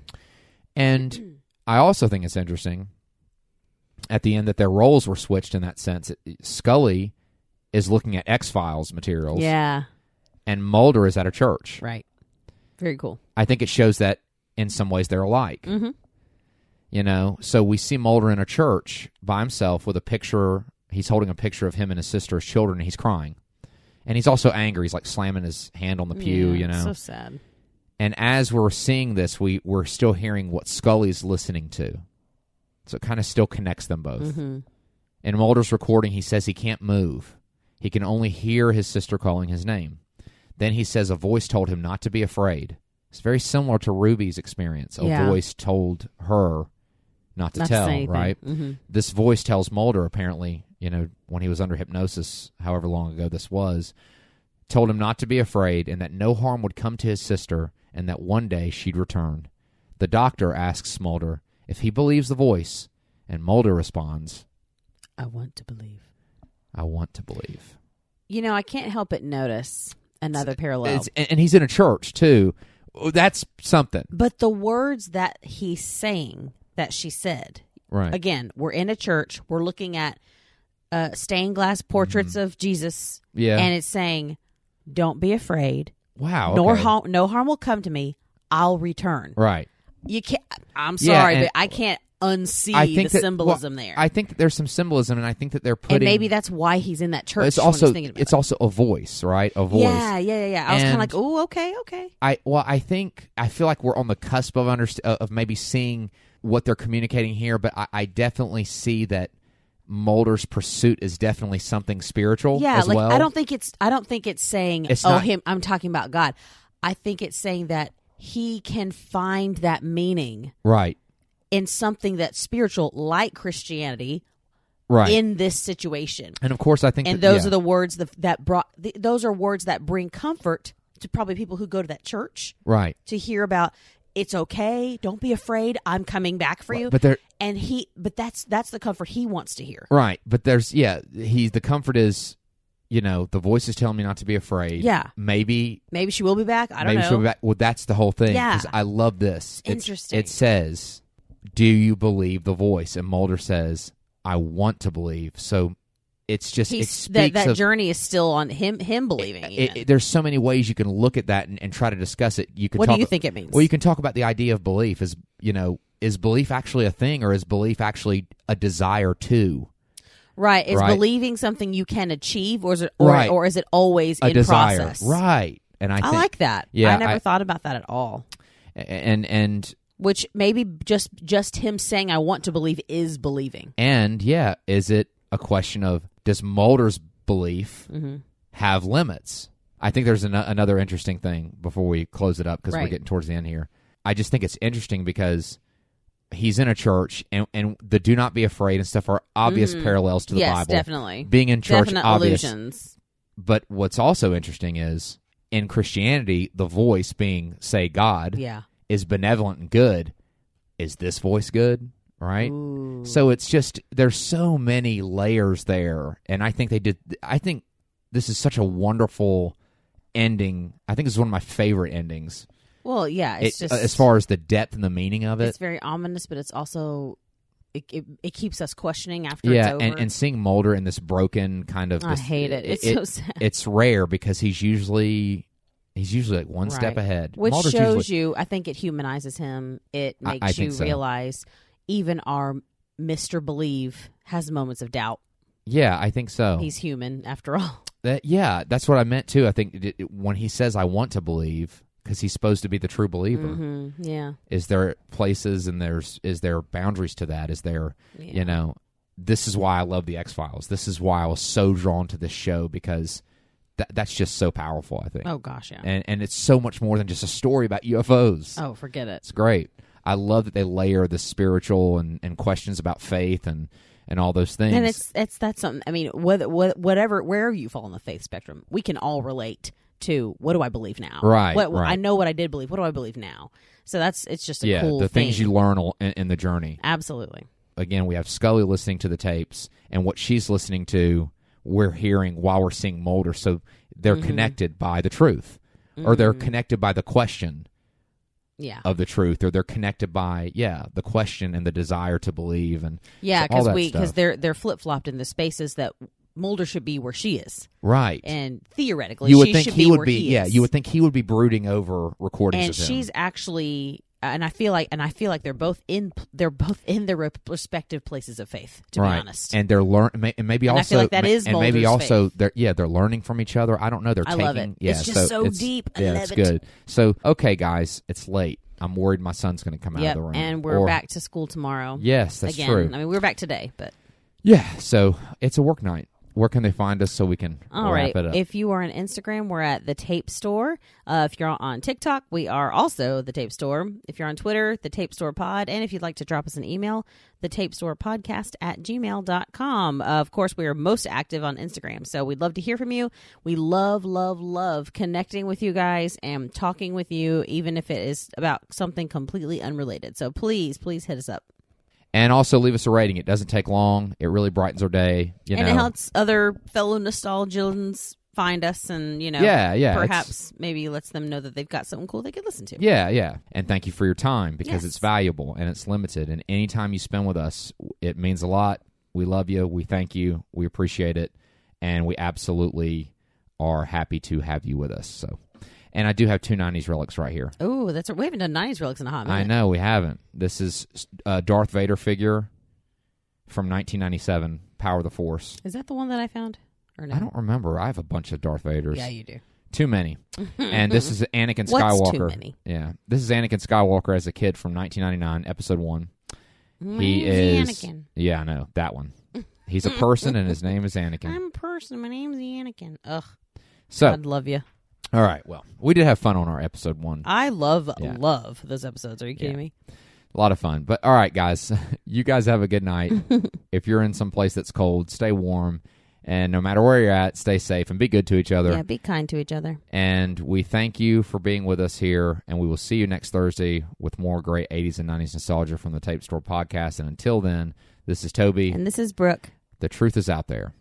Speaker 1: And I also think it's interesting at the end that their roles were switched in that sense. It- Scully is looking at X Files materials,
Speaker 2: Yeah,
Speaker 1: and Mulder is at a church.
Speaker 2: right. Very cool.
Speaker 1: I think it shows that in some ways they're alike.
Speaker 2: Mhm.
Speaker 1: You know, so we see Mulder in a church by himself with a picture. He's holding a picture of him and his sister's children, and he's crying. And he's also angry. He's like slamming his hand on the pew,
Speaker 2: Yeah,
Speaker 1: you
Speaker 2: it's
Speaker 1: know.
Speaker 2: So sad.
Speaker 1: and as we're seeing this, we, we're still hearing what Scully's listening to. So it kind of still connects them both.
Speaker 2: hmm
Speaker 1: In Mulder's recording, he says he can't move. He can only hear his sister calling his name. Then he says a voice told him not to be afraid. It's very similar to Ruby's experience. A
Speaker 2: Yeah.
Speaker 1: voice told her not to
Speaker 2: Not to
Speaker 1: tell,
Speaker 2: say anything.
Speaker 1: right?
Speaker 2: hmm
Speaker 1: This voice tells Mulder, apparently, you know, when he was under hypnosis, however long ago this was, told him not to be afraid and that no harm would come to his sister and that one day she'd return. The doctor asks Mulder if he believes the voice, and Mulder responds,
Speaker 2: I want to believe.
Speaker 1: I want to believe.
Speaker 2: You know, I can't help but notice another parallel.
Speaker 1: It's, and, and he's in a church too. Oh, That's something,
Speaker 2: But the words that he's saying that she said
Speaker 1: right?
Speaker 2: again, we're in a church, we're looking at uh, stained glass portraits of Jesus,
Speaker 1: Mm-hmm. yeah.
Speaker 2: and it's saying, "Don't be afraid,
Speaker 1: wow.
Speaker 2: nor
Speaker 1: okay.
Speaker 2: harm, no harm will come to me. I'll return."
Speaker 1: Right.
Speaker 2: You can't. I'm
Speaker 1: Yeah,
Speaker 2: sorry,
Speaker 1: and-
Speaker 2: but I can't unsee
Speaker 1: I think
Speaker 2: the
Speaker 1: that-
Speaker 2: symbolism
Speaker 1: well,
Speaker 2: there,
Speaker 1: I think that there's some symbolism, and I think that they're putting.
Speaker 2: and maybe that's why he's in that church.
Speaker 1: it's
Speaker 2: when he's
Speaker 1: also
Speaker 2: thinking about
Speaker 1: it's
Speaker 2: it.
Speaker 1: also a voice, right? A voice.
Speaker 2: yeah, yeah, yeah, yeah. I was kind
Speaker 1: And-
Speaker 2: of like, oh, okay, okay.
Speaker 1: I well, I think I feel like we're on the cusp of underst- uh, of maybe seeing what they're communicating here, but I, I definitely see that Mulder's pursuit is definitely something spiritual.
Speaker 2: Yeah,
Speaker 1: as
Speaker 2: like
Speaker 1: well.
Speaker 2: I don't think it's I don't think it's saying
Speaker 1: It's
Speaker 2: oh
Speaker 1: not-
Speaker 2: him I'm talking about God. I think it's saying that he can find that meaning
Speaker 1: Right,
Speaker 2: in something that's spiritual like Christianity
Speaker 1: right.
Speaker 2: in this situation.
Speaker 1: and of course, I think
Speaker 2: And
Speaker 1: that-
Speaker 2: those
Speaker 1: yeah.
Speaker 2: are the words that, that brought th- those are words that bring comfort to probably people who go to that church
Speaker 1: right.
Speaker 2: to hear about it's okay, don't be afraid, I'm coming back for you.
Speaker 1: But there,
Speaker 2: and he but that's that's the comfort he wants to hear.
Speaker 1: Right, but there's yeah, he's the comfort is, you know, the voice is telling me not to be afraid.
Speaker 2: Yeah.
Speaker 1: maybe
Speaker 2: Maybe she will be back. I don't
Speaker 1: maybe
Speaker 2: know.
Speaker 1: she'll be back. Well, that's the whole thing.
Speaker 2: Yeah.
Speaker 1: 'cause I love this. It's-
Speaker 2: Interesting.
Speaker 1: It says, "Do you believe the voice?" And Mulder says, "I want to believe." So it's just it
Speaker 2: He's, that
Speaker 1: speaks
Speaker 2: that
Speaker 1: of.
Speaker 2: journey is still on him him believing.
Speaker 1: it-
Speaker 2: even.
Speaker 1: it- there's so many ways you can look at that and, and try to discuss it. You can
Speaker 2: what
Speaker 1: talk
Speaker 2: do you think it means?
Speaker 1: Well, you can talk about the idea of belief. Is you know, is belief actually a thing, or is belief actually a desire too?
Speaker 2: right. Is
Speaker 1: Right.
Speaker 2: believing something you can achieve or is it or,
Speaker 1: Right.
Speaker 2: or is it always
Speaker 1: A
Speaker 2: in
Speaker 1: desire,
Speaker 2: process?
Speaker 1: right? And I,
Speaker 2: I,
Speaker 1: think,
Speaker 2: like that.
Speaker 1: Yeah,
Speaker 2: I never
Speaker 1: I-
Speaker 2: thought about that at all.
Speaker 1: and and
Speaker 2: Which maybe just just him saying I want to believe is believing.
Speaker 1: and yeah, is it a question of does Mulder's belief
Speaker 2: Mm-hmm.
Speaker 1: have limits? I think there's an- another interesting thing before we close it up because we're
Speaker 2: Right.
Speaker 1: getting towards the end here. I just think it's interesting because he's in a church and and the do not be afraid and stuff are obvious parallels to the
Speaker 2: Mm-hmm. yes,
Speaker 1: Bible.
Speaker 2: definitely.
Speaker 1: Being in church,
Speaker 2: Definite
Speaker 1: obvious.
Speaker 2: illusions.
Speaker 1: But what's also interesting is in Christianity, the voice being say God
Speaker 2: Yeah.
Speaker 1: is benevolent and good. Is this voice good? Right.
Speaker 2: Ooh.
Speaker 1: So it's just there's so many layers there, and I think they did. I think this is such a wonderful ending. I think it's one of my favorite endings.
Speaker 2: Well, yeah, it's
Speaker 1: It- uh,
Speaker 2: just
Speaker 1: as far as the depth and the meaning of
Speaker 2: it's
Speaker 1: it.
Speaker 2: very ominous, but it's also it, it, it keeps us questioning after it's
Speaker 1: Yeah,
Speaker 2: over.
Speaker 1: and, and seeing Mulder in this broken kind of
Speaker 2: I
Speaker 1: this-
Speaker 2: hate it. It's so sad.
Speaker 1: It's rare because he's usually he's usually like one step
Speaker 2: Right.
Speaker 1: ahead,
Speaker 2: which
Speaker 1: Mulder's
Speaker 2: shows
Speaker 1: usually-
Speaker 2: you i think it humanizes him it
Speaker 1: I-
Speaker 2: makes
Speaker 1: I
Speaker 2: you
Speaker 1: think so.
Speaker 2: realize even our mr believe has moments of doubt
Speaker 1: Yeah, I think so.
Speaker 2: he's human after all
Speaker 1: That, yeah, that's what I meant too. I think it- it- when he says "I want to believe," because he's supposed to be the true believer.
Speaker 2: Mhm. yeah
Speaker 1: is there places and there's is there boundaries to that is there
Speaker 2: Yeah.
Speaker 1: you know this is why i love the x-files this is why i was so drawn to this show because that that's just so powerful i think
Speaker 2: oh gosh yeah
Speaker 1: and and it's so much more than just a story about ufos
Speaker 2: oh forget it
Speaker 1: it's great i love that they layer the spiritual and, and questions about faith and and all those things
Speaker 2: and it's it's that's something i mean whether wh- whatever where you fall on the faith spectrum we can all relate to what do i believe now
Speaker 1: Right,
Speaker 2: what i
Speaker 1: right.
Speaker 2: know what i did believe what do i believe now so that's it's just a
Speaker 1: yeah
Speaker 2: cool
Speaker 1: the
Speaker 2: thing.
Speaker 1: things you learn al- in, in the journey
Speaker 2: absolutely
Speaker 1: again, we have Scully listening to the tapes, and what she's listening to, we're hearing while we're seeing Mulder. So they're
Speaker 2: Mm-hmm.
Speaker 1: connected by the truth, or they're connected by the question
Speaker 2: yeah
Speaker 1: of the truth, or they're connected by yeah the question and the desire to believe, and so
Speaker 2: yeah
Speaker 1: all
Speaker 2: because
Speaker 1: that
Speaker 2: we because
Speaker 1: stuff.
Speaker 2: they're they're flip-flopped in the spaces that mulder should be where she is
Speaker 1: right.
Speaker 2: and theoretically
Speaker 1: you would
Speaker 2: she
Speaker 1: think
Speaker 2: should
Speaker 1: he
Speaker 2: be
Speaker 1: would
Speaker 2: where
Speaker 1: be
Speaker 2: he
Speaker 1: yeah.
Speaker 2: is.
Speaker 1: You would think he would be brooding over recordings
Speaker 2: and
Speaker 1: of him.
Speaker 2: she's actually and I feel like and I feel like they're both in they're both in their re- respective places of faith to
Speaker 1: right,
Speaker 2: be honest.
Speaker 1: and they're learn, ma- and maybe
Speaker 2: And I
Speaker 1: also
Speaker 2: feel like that
Speaker 1: ma-
Speaker 2: is
Speaker 1: and maybe
Speaker 2: Mulder's
Speaker 1: also they're yeah they're learning from each other. I don't know. They're
Speaker 2: I
Speaker 1: taking
Speaker 2: love it.
Speaker 1: yeah.
Speaker 2: It's just so
Speaker 1: it's-
Speaker 2: deep. I
Speaker 1: yeah,
Speaker 2: love
Speaker 1: it's
Speaker 2: it.
Speaker 1: good. So okay, guys, it's late. I'm worried my son's going to come out of
Speaker 2: yep,
Speaker 1: the room.
Speaker 2: and we're
Speaker 1: Or-
Speaker 2: back to school tomorrow.
Speaker 1: Yes, that's
Speaker 2: again.
Speaker 1: true.
Speaker 2: I mean, we we're back today, but
Speaker 1: yeah, so it's a work night. Where can they find us so we can
Speaker 2: all
Speaker 1: wrap
Speaker 2: right.
Speaker 1: it up?
Speaker 2: If you are on Instagram, we're at the Tape Store. Uh, if you're on TikTok, we are also the Tape Store. If you're on Twitter, the Tape Store Pod, and if you'd like to drop us an email, the Tape Store Podcast at gmail.com. Uh, of course, we are most active on Instagram, so we'd love to hear from you. We love, love, love connecting with you guys and talking with you, even if it is about something completely unrelated. So please, please hit us up.
Speaker 1: and also leave us a rating. It doesn't take long. It really brightens our day. You
Speaker 2: and
Speaker 1: know,
Speaker 2: it helps other fellow nostalgians find us and you know
Speaker 1: Yeah, yeah, it's-
Speaker 2: perhaps maybe lets them know that they've got something cool they could listen to
Speaker 1: Yeah, yeah. And thank you for your time because
Speaker 2: Yes.
Speaker 1: it's valuable and it's limited. And any time you spend with us, it means a lot. We love you. We thank you. We appreciate it. And we absolutely are happy to have you with us. So, and I do have two 90s relics right here.
Speaker 2: oh that's we haven't done 90s relics in a hot minute
Speaker 1: I know we haven't. This is a Darth Vader figure from 1997, Power of the Force.
Speaker 2: is that the one that i found or no
Speaker 1: I don't remember. I have a bunch of Darth Vaders.
Speaker 2: yeah you do
Speaker 1: Too many. and this is Anakin
Speaker 2: What's too
Speaker 1: Skywalker.
Speaker 2: many?
Speaker 1: Yeah. This is Anakin Skywalker as a kid from 1999, episode 1. He is.
Speaker 2: Anakin.
Speaker 1: Yeah, I know that one. He's a person, and his name is Anakin.
Speaker 2: I'm a person. My name's Anakin. Ugh.
Speaker 1: So,
Speaker 2: God love you.
Speaker 1: all right. Well, we did have fun on our episode one.
Speaker 2: I love
Speaker 1: Yeah.
Speaker 2: love those episodes. Are you kidding
Speaker 1: Yeah.
Speaker 2: me?
Speaker 1: A lot of fun. But all right, guys, you guys have a good night. if you're in some place that's cold, stay warm. And no matter where you're at, stay safe and be good to each other.
Speaker 2: Yeah. Be kind to each other.
Speaker 1: And we thank you for being with us here. And we will see you next Thursday with more great 80s and 90s nostalgia from the Tape Store podcast. And until then, this is Toby.
Speaker 2: And this is Brooke.
Speaker 1: the truth is out there.